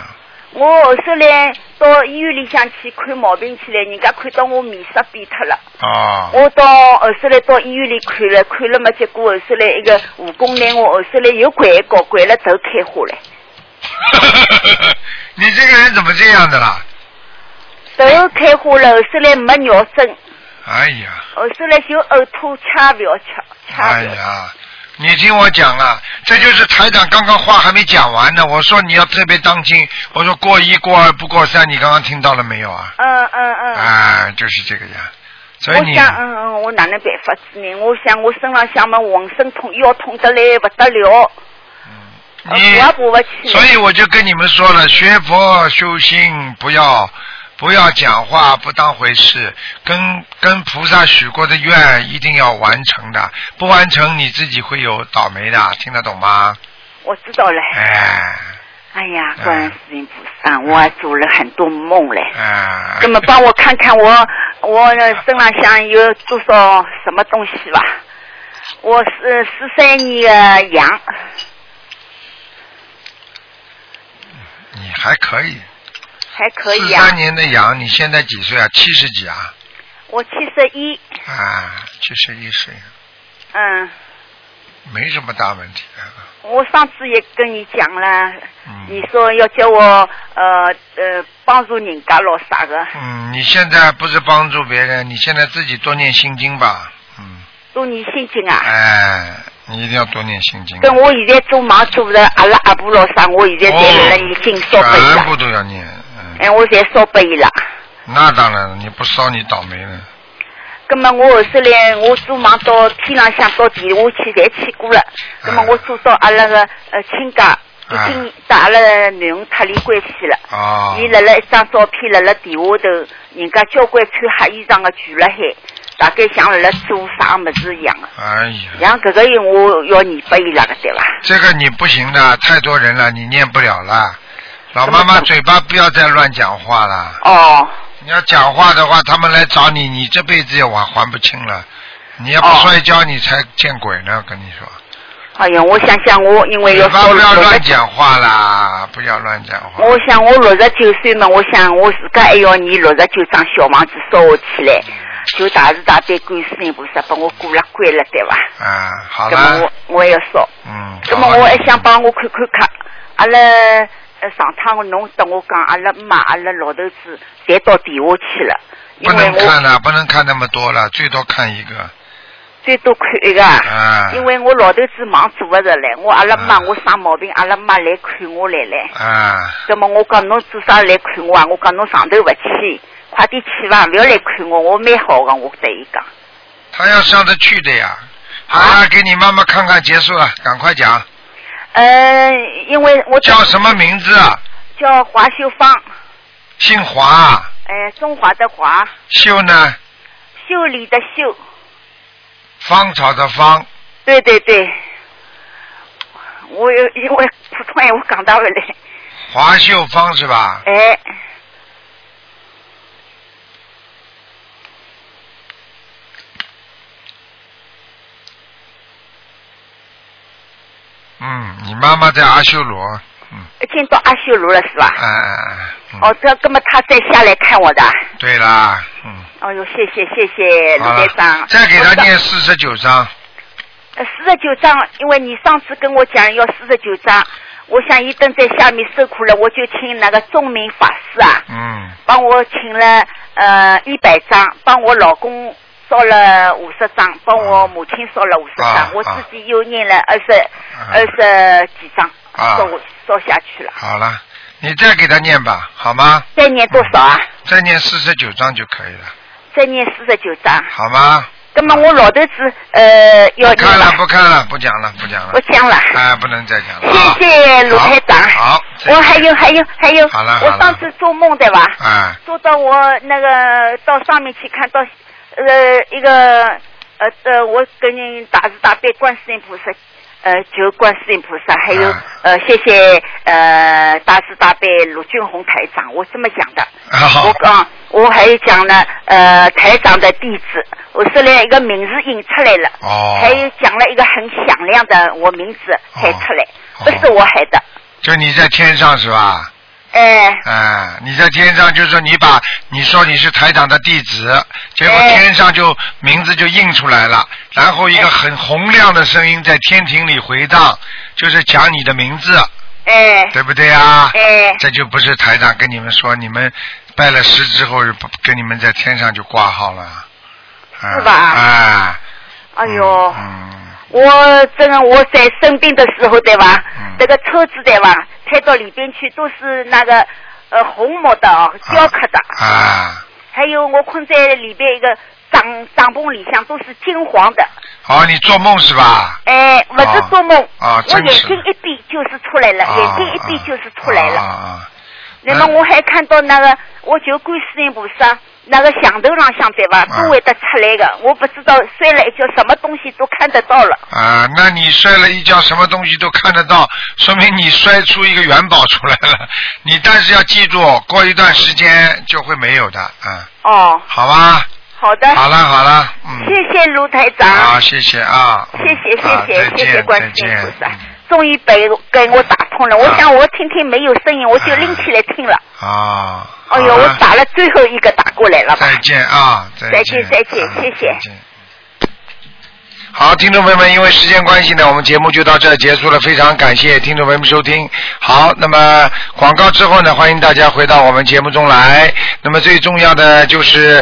S9: 我后头来到医院里向去看毛病去了，人家看到我面色变脱了。
S1: 啊，
S9: 我到后头来到医院里看了，看了嘛，结果后头来一个护工拿我后头来又掼一跤，掼了头开花了，
S1: 你这个人怎么这样的啦？
S9: 头开花了，后头来没尿症，
S1: 哎呀，
S9: 后头来就呕吐，吃不要吃。
S1: 哎呀，你听我讲啊，这就是台长刚刚话还没讲完呢。我说你要特别当心，我说过一过二不过三，你刚刚听到了没有啊？
S9: 嗯嗯嗯。
S1: 啊，就是这个样。所以
S9: 我
S1: 你
S9: 想，嗯嗯，我哪能办法子呢？我想我身浪向嘛，浑身痛，腰痛得来不得了，呃
S1: 你所以我就跟你们说了，学佛修心不要不要讲话不当回事，跟跟菩萨许过的愿一定要完成的，不完成你自己会有倒霉的，听得懂吗？
S9: 我知道了。
S1: 哎
S9: 哎呀，观世音菩萨，啊我还做了很多梦嘞。
S1: 哎，
S9: 那么帮我看看我我身浪向有多少什么东西吧？我是十三年的羊，
S1: 你还可以，
S9: 还可
S1: 四
S9: 以啊
S1: 三。年的羊，你现在几岁啊？七十几啊？
S9: 我七十一，
S1: 啊，七十一岁，
S9: 嗯，
S1: 没什么大问题的。
S9: 我上次也跟你讲了，
S1: 嗯
S9: 你说要叫我呃呃帮助人家咯啥个，
S1: 嗯，你现在不是帮助别人，你现在自己多念心经吧。
S9: 多念心经啊。
S1: 哎，你一定要多念心经。
S9: 跟我现在做忙做的阿拉阿婆咯啥，我现在侪有了念经烧给伊
S1: 全
S9: 了，
S1: 部都要念，
S9: 哎，我侪烧给伊了。
S1: 那当然了，你不烧你倒霉了。
S9: 葛么我后头来，我做梦到天浪向到地下去，侪去过了。葛
S1: 啊
S9: 么我做到阿拉个呃亲家，已
S1: 哎
S9: 经到阿拉个囡恩脱离关系了。
S1: 啊
S9: 伊辣辣一张照片辣辣地下头，人家交关穿黑衣裳个聚辣海，大概像辣辣做啥物事一样个。
S1: 哎呀，
S9: 像搿个人我要念拨伊拉个对伐？
S1: 这个你不行的，太多人了，你念不了了。老妈妈嘴巴不要再乱讲话了。
S3: 嗯
S9: 哦。
S1: 你要讲话的话，他们来找你，你这辈子也还还不清了。你要不摔跤，你才见鬼呢！跟你说，
S9: 哎呀，我想想我因为
S1: 嘴
S9: 要
S1: 巴
S9: 烧
S1: 不要
S9: 了
S1: 乱讲话啦，不要乱讲话。
S9: 我想我六十九岁嘛，我想我自家还要念六十九张小房子烧下去嘞，就大慈大悲观世音菩萨把我过了关了，对伐？
S1: 啊，好
S9: 那么
S1: 了，
S9: 我我也要烧，
S1: 嗯，
S9: 那么我还想帮我看看看，阿拉呃上趟侬跟我讲，阿拉妈阿拉老头子侪到地下去了，因
S1: 不
S9: 为
S1: 能
S9: 我
S1: 看了，不能看那么多了，最多看一个。
S9: 最多看一个啊。
S1: 啊。
S9: 因为我老头子忙做不着嘞，我阿拉妈我生毛病，阿拉妈来看我来嘞。
S1: 啊，
S9: 葛么我讲侬做啥来看我啊？我讲侬上头勿去，快点去伐，勿要来看我，我蛮好个，我对伊讲。
S1: 他要上得去的呀。好
S9: 啊
S1: 了，给你妈妈看看，结束了，赶快讲。
S9: 呃，因为我
S1: 叫什么名字啊？
S9: 叫华秀芳，
S1: 姓华啊，
S9: 哎、中华的华，
S1: 秀呢？
S9: 修理的修，
S1: 芳草的芳。
S9: 对对对。我有因为普通闲话讲到勿来，
S1: 华秀芳是吧？
S9: 哎，
S1: 嗯，你妈妈在阿修罗。
S9: 已经到阿修罗了是伐？
S1: 哎哎哎，
S9: 哦，这葛么他再下来看我的啊。
S1: 对啦，
S9: 哎呦，谢谢谢谢卢
S1: 好
S9: 台
S1: 了
S9: 长。，
S1: 再给他
S9: 我
S1: 念四十九章。
S9: 呃，四十九张，因为你上次跟我讲要四十九张，我想一等在下面受苦了，我就请那个钟明法师啊，
S1: 嗯，
S9: 帮我请了呃一百张，帮我老公烧了五十张，帮我母亲烧了五十张，
S1: 啊
S9: 我自
S1: 啊
S9: 己又念了二十
S1: 嗯
S9: 呃二十几张，
S1: 啊
S9: 烧烧下去了。
S1: 好了，你再给他念吧，好吗？
S9: 再念多少啊？
S1: 再念四十九章就可以了，
S9: 再念四十九张。
S1: 好吗？
S9: 那么我老头子呃要
S1: 不看
S9: 念
S1: 了，
S9: 吧，
S1: 不看了，不讲了，不讲了。
S9: 不讲了
S1: 哎，不能再讲了。啊
S9: 谢谢卢台长。
S1: 好，
S9: 我还有还有还有，
S1: 好了好
S9: 我
S1: 了
S9: 上次做梦对吧？
S1: 哎，
S9: 做到我那个到上面去看到，呃，一个呃呃，我跟人大慈大悲观世音菩萨，呃，就观世音菩萨，还有
S1: 啊
S9: 呃，谢谢呃大慈大悲卢俊宏台长，我这么讲的。
S1: 好
S9: 我啊，我还有讲呢，呃，台长的地址，我说了一个名字印出来了，
S1: 哦
S9: 还有讲了一个很响亮的我名字喊出来，
S1: 哦
S9: 不是我喊的，
S1: 就你在天上是吧？
S9: 哎，
S1: 哎、你在天上就是说你把你说你是台长的弟子，结果
S9: 哎
S1: 天上就名字就印出来了，然后一个很洪亮的声音在天庭里回荡，就是讲你的名字，
S9: 哎，
S1: 对不对啊？
S9: 哎，
S1: 这就不是台长跟你们说，你们拜了师之后跟你们在天上就挂号了，啊
S9: 是吧
S1: 啊，
S9: 哎
S1: 嗯
S9: 呦，我真的我在生病的时候对吧，
S1: 嗯
S9: 这个车子对吧，开到里边去都是那个呃红木的哦，雕刻的，
S1: 啊，
S9: 还有我困在里边一个帐帐篷里向都是金黄的，
S1: 好，你做梦是吧？
S9: 哎，不是做梦，
S1: 啊
S9: 我
S1: 真
S9: 眼
S1: 是
S9: 睛一闭就是出来了，
S1: 啊
S9: 眼睛一闭就是出来了。
S1: 啊啊，
S9: 那么我还看到那个，我就观世音菩萨那个墙头上向对
S1: 啊
S9: 吧，都会得出来的，我不知道摔了一跤，什么东西都看得到了。
S1: 啊，那你摔了一跤，什么东西都看得到，说明你摔出一个元宝出来了。你但是要记住，过一段时间就会没有的，啊，
S9: 哦，
S1: 好吧？
S9: 好的。
S1: 好了好了，嗯，
S9: 谢谢卢台长，
S1: 好，谢谢啊，
S9: 哎谢谢
S1: 啊
S9: 谢谢
S1: 再
S9: 谢谢
S1: 见
S9: 观
S1: 再
S9: 世音菩
S1: 见，嗯
S9: 萨，终于被给我打通了。我想我听听没有声音，我就拎起来听了。
S1: 啊，
S9: 哎呦，
S1: 好
S9: 我
S1: 了
S9: 打了最后一个打过来了吧
S1: 再？见啊，
S9: 再见再见，谢谢。
S1: 好，听众朋友们，因为时间关系呢，我们节目就到这儿结束了。非常感谢听众朋友们收听。好，那么广告之后呢，欢迎大家回到我们节目中来。那么最重要的就是。